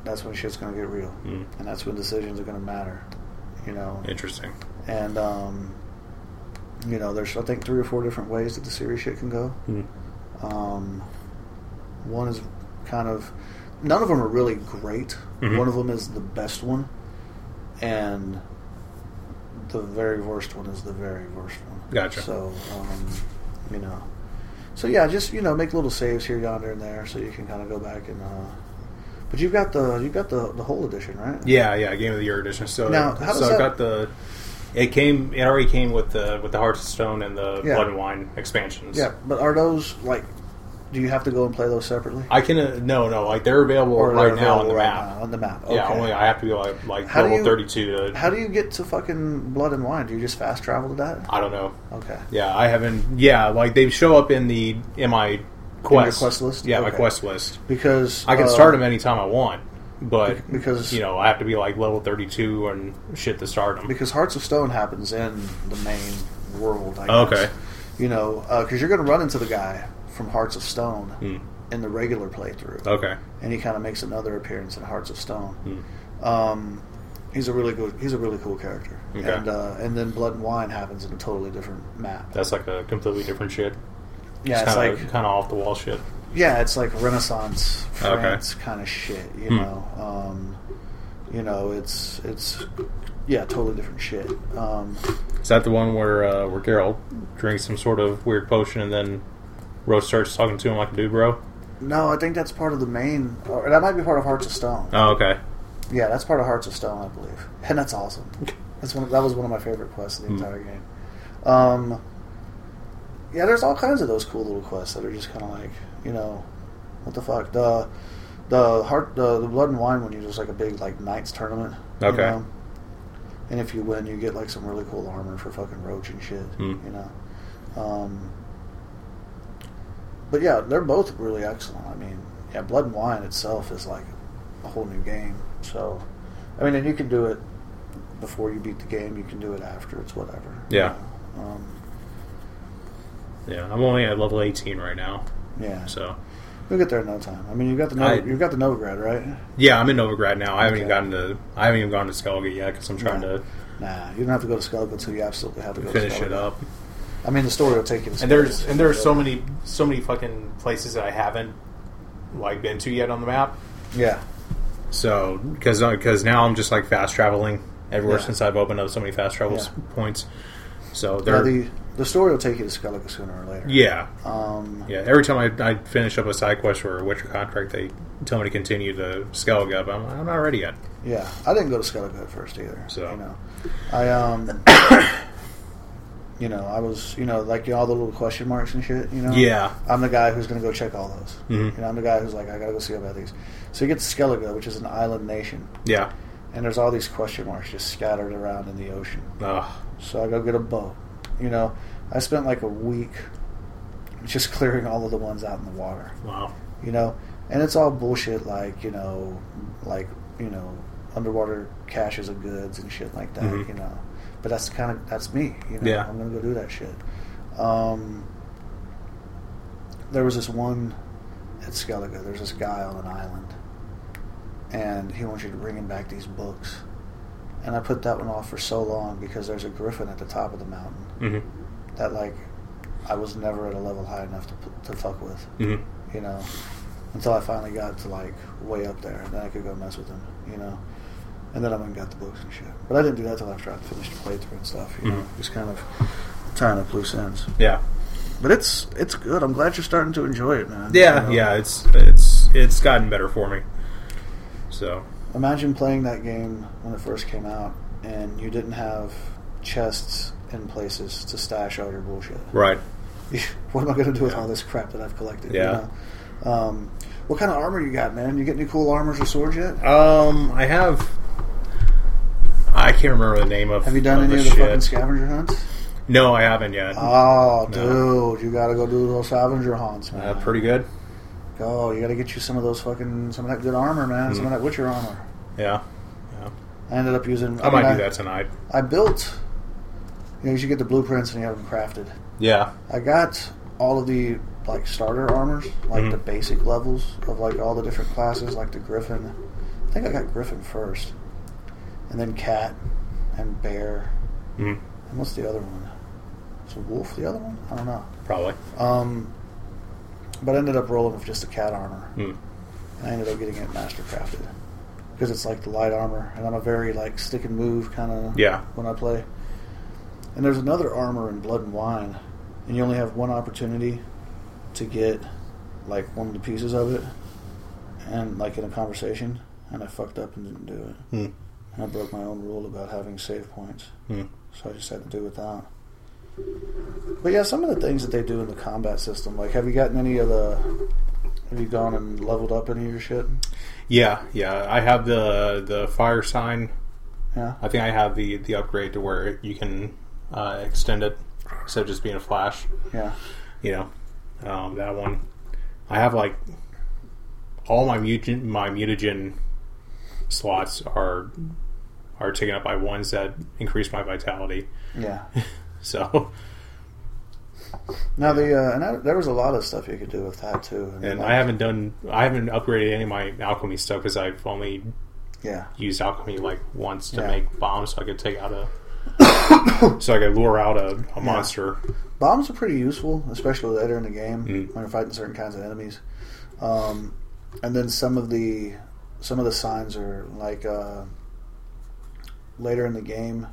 C: that's when shit's gonna get real,
D: Mm.
C: and that's when decisions are gonna matter. You know,
D: Interesting.
C: and um, you know, there's I think three or four different ways that the Siri shit can go.
D: Mm.
C: Um, one is kind of none of them are really great.
D: Mhm.
C: One of them is the best one, and the very worst one is the very worst one.
D: Gotcha.
C: So, um, you know, so yeah, just you know, make little saves here, yonder, and there, so you can kind of go back and. Uh, but you've got the you've got the the whole edition, right?
D: Yeah. Yeah. Game of the Year edition. So
C: Now, how does
D: so
C: that-
D: I got the. It came. It already came with the with the Hearts of Stone and the
C: Yeah.
D: Blood and Wine expansions.
C: Yeah, but are those like? Do you have to go and play those separately?
D: I can uh, no no like they're available
C: Or
D: right
C: they're
D: now
C: available
D: on the
C: right
D: map.
C: now on the map.
D: Yeah,
C: okay.
D: only I have to be like like
C: How do
D: level
C: you-
D: thirty two to.
C: How do you get to fucking blood and wine? Do you just fast travel to that?
D: I don't know.
C: Okay.
D: Yeah, I haven't. Yeah, like they show up in the in my quest
C: quest list?
D: Yeah, my
C: Okay.
D: quest list.
C: Because
D: I can
C: uh,
D: start them anytime I want, but
C: because-
D: you know I have to be like level thirty two and shit to start them.
C: because Hearts of Stone happens in the main world. I guess.
D: Okay.
C: You know, because you're going to run into the guy from Hearts of Stone in the regular playthrough,
D: Hmm. okay. Hmm.
C: and he kind of makes another appearance in Hearts of Stone. Um, he's a really good. He's a really cool character.
D: Okay.
C: And uh, and then Blood and Wine happens in a totally different map.
D: That's like a completely different shit.
C: yeah, it's
D: kind of
C: like
D: kind of off the wall shit.
C: yeah, it's like Renaissance
D: Okay. Hmm.
C: France kind of shit, you know. Um, you know, it's it's yeah, totally different shit. Um,
D: Is that the one where uh, where Geralt drinks some sort of weird potion and then Rose starts talking to him like a dude, bro?
C: no, I think that's part of the main, or that might be part of Hearts of Stone.
D: Oh, okay.
C: Yeah, that's part of Hearts of Stone, I believe, and that's awesome. That's one. That was one of my favorite quests in the entire game. Um, yeah, there's all kinds of those cool little quests that are just kind of like, you know, what the fuck the the heart the, the blood and wine one. You just like a big like knights tournament. you
D: Okay.
C: know? And if you win, you get like some really cool armor for fucking roach and shit.
D: Mm.
C: You know. Um, but yeah, they're both really excellent. I mean, yeah, Blood and Wine itself is like a whole new game. So, I mean, and you can do it before you beat the game. You can do it after. It's whatever. you
D: Yeah.
C: know. Um,
D: Yeah, I'm only at level eighteen right now,
C: yeah.
D: so
C: You'll get there in no time. I mean, you've got the
D: I-
C: Nova, you've got the Novigrad, right?
D: Yeah, I'm in Novigrad now. I haven't even
C: Okay.
D: gotten to I haven't even gone to Skellige yet because I'm trying
C: Right. Nah, you don't have to go to Skellig until you absolutely have to go
D: to finish
C: to
D: it
C: Skellig.
D: up.
C: I mean, the story will take you. to
D: And there's
C: Skellig.
D: and there's so many so many fucking places that I haven't like been to yet on the map.
C: yeah,
D: So because because now I'm just like fast traveling everywhere
C: Yeah.
D: since I've opened up so many fast travel
C: Yeah.
D: points. So
C: yeah
D: there
C: the the story will take you to Skellige sooner or later.
D: Yeah,
C: Um,
D: yeah. Every time I, I finish up a side quest or a Witcher contract, they tell me to continue to Skellige. Up. I'm, I'm not ready yet.
C: yeah, I didn't go to Skellige at first either.
D: So.
C: you know, I um, you know, I was you know like you know, all the little question marks and shit. You know,
D: Yeah.
C: I'm the guy who's going to go check all those.
D: Mhm.
C: You know, I'm the guy who's like, I got to go see about these. So you get to Skellige, which is an island nation,
D: Yeah.
C: and there's all these question marks just scattered around in the ocean.
D: Ugh.
C: So I go get a boat. You know, I spent like a week just clearing all of the ones out in the water.
D: Wow.
C: You know, and it's all bullshit like, you know, like, you know, underwater caches of goods and shit like that,
D: Mhm.
C: you know. But that's kind of that's me, you know.
D: Yeah.
C: I'm going to go do that shit. Um there was this one at Skellige, there's this guy on an island. And he wants you to bring him back these books. And I put that one off for so long because there's a griffin at the top of the mountain
D: hmm
C: that like I was never at a level high enough to to fuck with,
D: hmm
C: you know, until I finally got to like way up there, and then I could go mess with him, you know, and then I went and got the books and shit. But I didn't do that till after I finished the playthrough and stuff, you know,
D: Mhm.
C: just kind of tying up loose ends.
D: Yeah.
C: But it's it's good. I'm glad you're starting to enjoy it, man.
D: Yeah.
C: You know?
D: Yeah. It's it's it's gotten better for me. So
C: Imagine playing that game when it first came out, and you didn't have chests and places to stash all your bullshit.
D: right.
C: what am I going to do with all this crap that I've collected? you
D: Yeah.
C: know? um, what kind of armor you got, man? You get any cool armors or swords yet?
D: Um, I have. I can't remember the name of.
C: Have you done any
D: the
C: of the
D: shit.
C: fucking scavenger hunts?
D: No, I haven't yet.
C: Oh,
D: No.
C: dude, you got to go do those scavenger hunts, man.
D: uh, pretty good.
C: Oh, you got to get you some of those fucking some of that good armor, man. Some of
D: Mm-hmm.
C: that Witcher armor.
D: Yeah,
C: I ended up using.
D: I might
C: mean,
D: do that tonight.
C: I built. You know, you should get the blueprints and you have them crafted.
D: Yeah,
C: I got all of the like starter armors, like
D: Mhm.
C: the basic levels of like all the different classes, like the Griffin. I think I got Griffin first, and then Cat and Bear.
D: mm,
C: And what's the other one? Is a Wolf the other one? I don't know.
D: probably.
C: Um, but I ended up rolling with just the Cat armor.
D: Mm.
C: And I ended up getting it mastercrafted because it's like the light armor, and I'm a very like stick and move kind of
D: Yeah.
C: when I play. And there's another armor in Blood and Wine, and you only have one opportunity to get like one of the pieces of it, and like in a conversation, and I fucked up and didn't do it,
D: Mm,
C: and I broke my own rule about having save points,
D: mm.
C: so I just had to do without. But yeah, some of the things that they do in the combat system, like have you gotten any of the? Have you gone and leveled up any of your shit?
D: Yeah, yeah. I have the the fire sign.
C: Yeah.
D: I think I have the the upgrade to where you can uh, extend it instead of just being a flash.
C: Yeah.
D: You know, um, that one. I have like all my mutagen my mutagen slots are are taken up by ones that increase my vitality.
C: Yeah.
D: So
C: Now the uh, and I, there was a lot of stuff you could do with that too. And,
D: And
C: like,
D: I haven't done, I haven't upgraded any of my alchemy stuff because I've only
C: Yeah.
D: used alchemy like once to
C: Yeah.
D: make bombs, so I could take out a, so I could lure out a, a monster.
C: Bombs are pretty useful, especially later in the game
D: Mm.
C: when you're fighting certain kinds of enemies. Um, and then some of the some of the signs are like uh, later in the game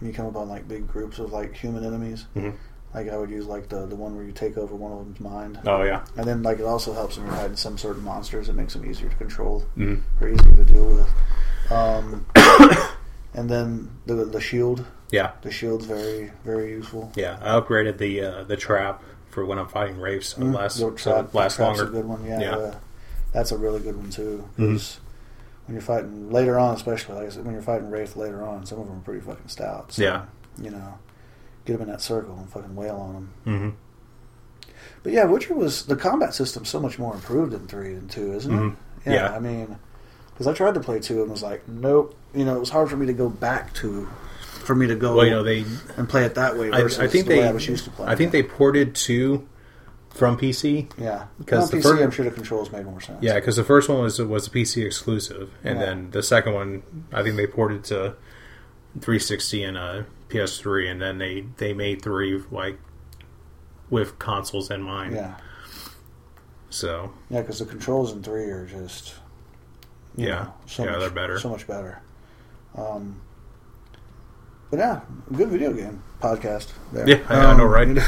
C: when you come upon like big groups of like human enemies.
D: Mhm.
C: Like I would use like the the one where you take over one of them's mind,
D: Oh yeah,
C: and then like it also helps when you're fighting some certain monsters. It makes them easier to control.
D: mm.
C: are easier to deal with. Um, and then the the shield,
D: yeah,
C: the shield's very very useful.
D: yeah. I upgraded the uh, the trap for when I'm fighting wraiths, so it lasts,
C: Your
D: so
C: Mm-hmm. trap-
D: it lasts
C: trap's
D: longer.
C: A good one, yeah.
D: Yeah.
C: the- that's a really good one too.
D: Mhm.
C: 'cause When you're fighting later on, especially like I said, when you're fighting wraith later on, some of them are pretty fucking stout. So,
D: Yeah.
C: you know, get them in that circle and fucking wail on them.
D: hmm
C: But yeah, Witcher was the combat system so much more improved in three than two, isn't
D: Mhm.
C: it?
D: Yeah.
C: I mean, because I tried to play two and was like, nope. You know, it was hard for me to go back to, for me to go
D: Well, you know they,
C: and play it that way.
D: I,
C: Versus
D: I think
C: the
D: they,
C: way I was used to playing.
D: I think they ported two from PC.
C: they, yeah, because
D: because the
C: PC,
D: first-
C: I'm sure the controls made more sense.
D: Yeah, because the first one was was a PC exclusive, and
C: Yeah.
D: then the second one, I think they ported to 360 and uh, PS3, and then they they made three like with consoles in mind.
C: yeah,
D: So
C: yeah, because the controls in three are just you
D: Yeah.
C: know, so
D: Yeah,
C: much,
D: they're better.
C: so much better. Um, But yeah, good video game podcast. There.
D: Yeah, I, I know,
C: Um,
D: right?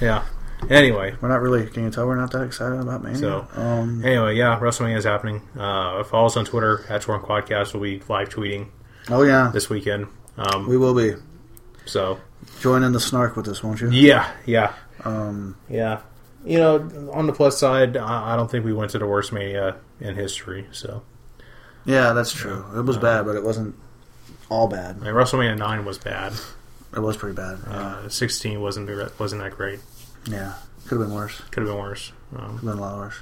D: yeah. Anyway,
C: We're not really. Can you tell we're not that excited about Mania?
D: So,
C: um,
D: anyway, yeah, WrestleMania is happening. Uh, follow us on Twitter at Sworn Quadcast. We'll be live tweeting
C: oh yeah,
D: this weekend. Um,
C: we will be.
D: so
C: Join in the snark with us, won't you?
D: yeah, yeah,
C: Um,
D: yeah. You know, on the plus side, I, I don't think we went to the worst Mania in history. So,
C: yeah, that's true. It
D: Uh,
C: was bad, but it wasn't all bad.
D: I mean, WrestleMania nine was bad.
C: It was pretty bad. Yeah,
D: Uh, Sixteen wasn't wasn't that great.
C: yeah. could have been worse.
D: Could have been worse. Um,
C: Could have been a lot worse.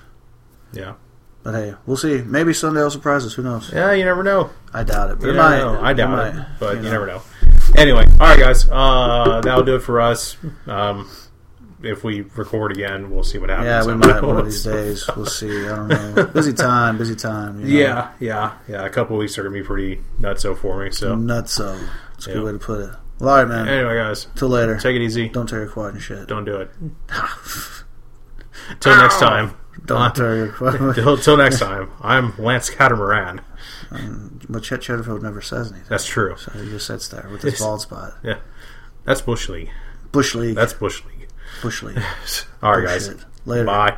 D: yeah,
C: But hey, we'll see. Maybe Sunday will surprise us. Who knows?
D: yeah. You never know.
C: I doubt it. But
D: You
C: it
D: never
C: might.
D: know. I doubt it,
C: might,
D: but you, never know. Anyway, all right, guys, uh, that'll do it for us. Um, if we record again, we'll see what happens.
C: Yeah,
D: I
C: we
D: don't
C: might
D: know.
C: one of these days. We'll see. I don't know. Busy time. Busy time. You know?
D: Yeah, yeah, yeah. A couple weeks are gonna be pretty nutso for me. So
C: Mm. Nutso. That's a good
D: Yeah.
C: way to put it. Well, all right, man.
D: anyway, guys,
C: Till later.
D: take it easy.
C: Don't tear your quad and shit.
D: Don't do it. Till next time.
C: Don't tear your quad.
D: Till, till next time. I'm Lance Catamaran.
C: but Chet Cheddarfield never says anything.
D: That's true.
C: So he just sits there with his bald spot.
D: Yeah, that's bush league.
C: Bush league.
D: That's bush league.
C: Bush league.
D: All right,
C: Oh,
D: guys.
C: shit. Later.
D: Bye.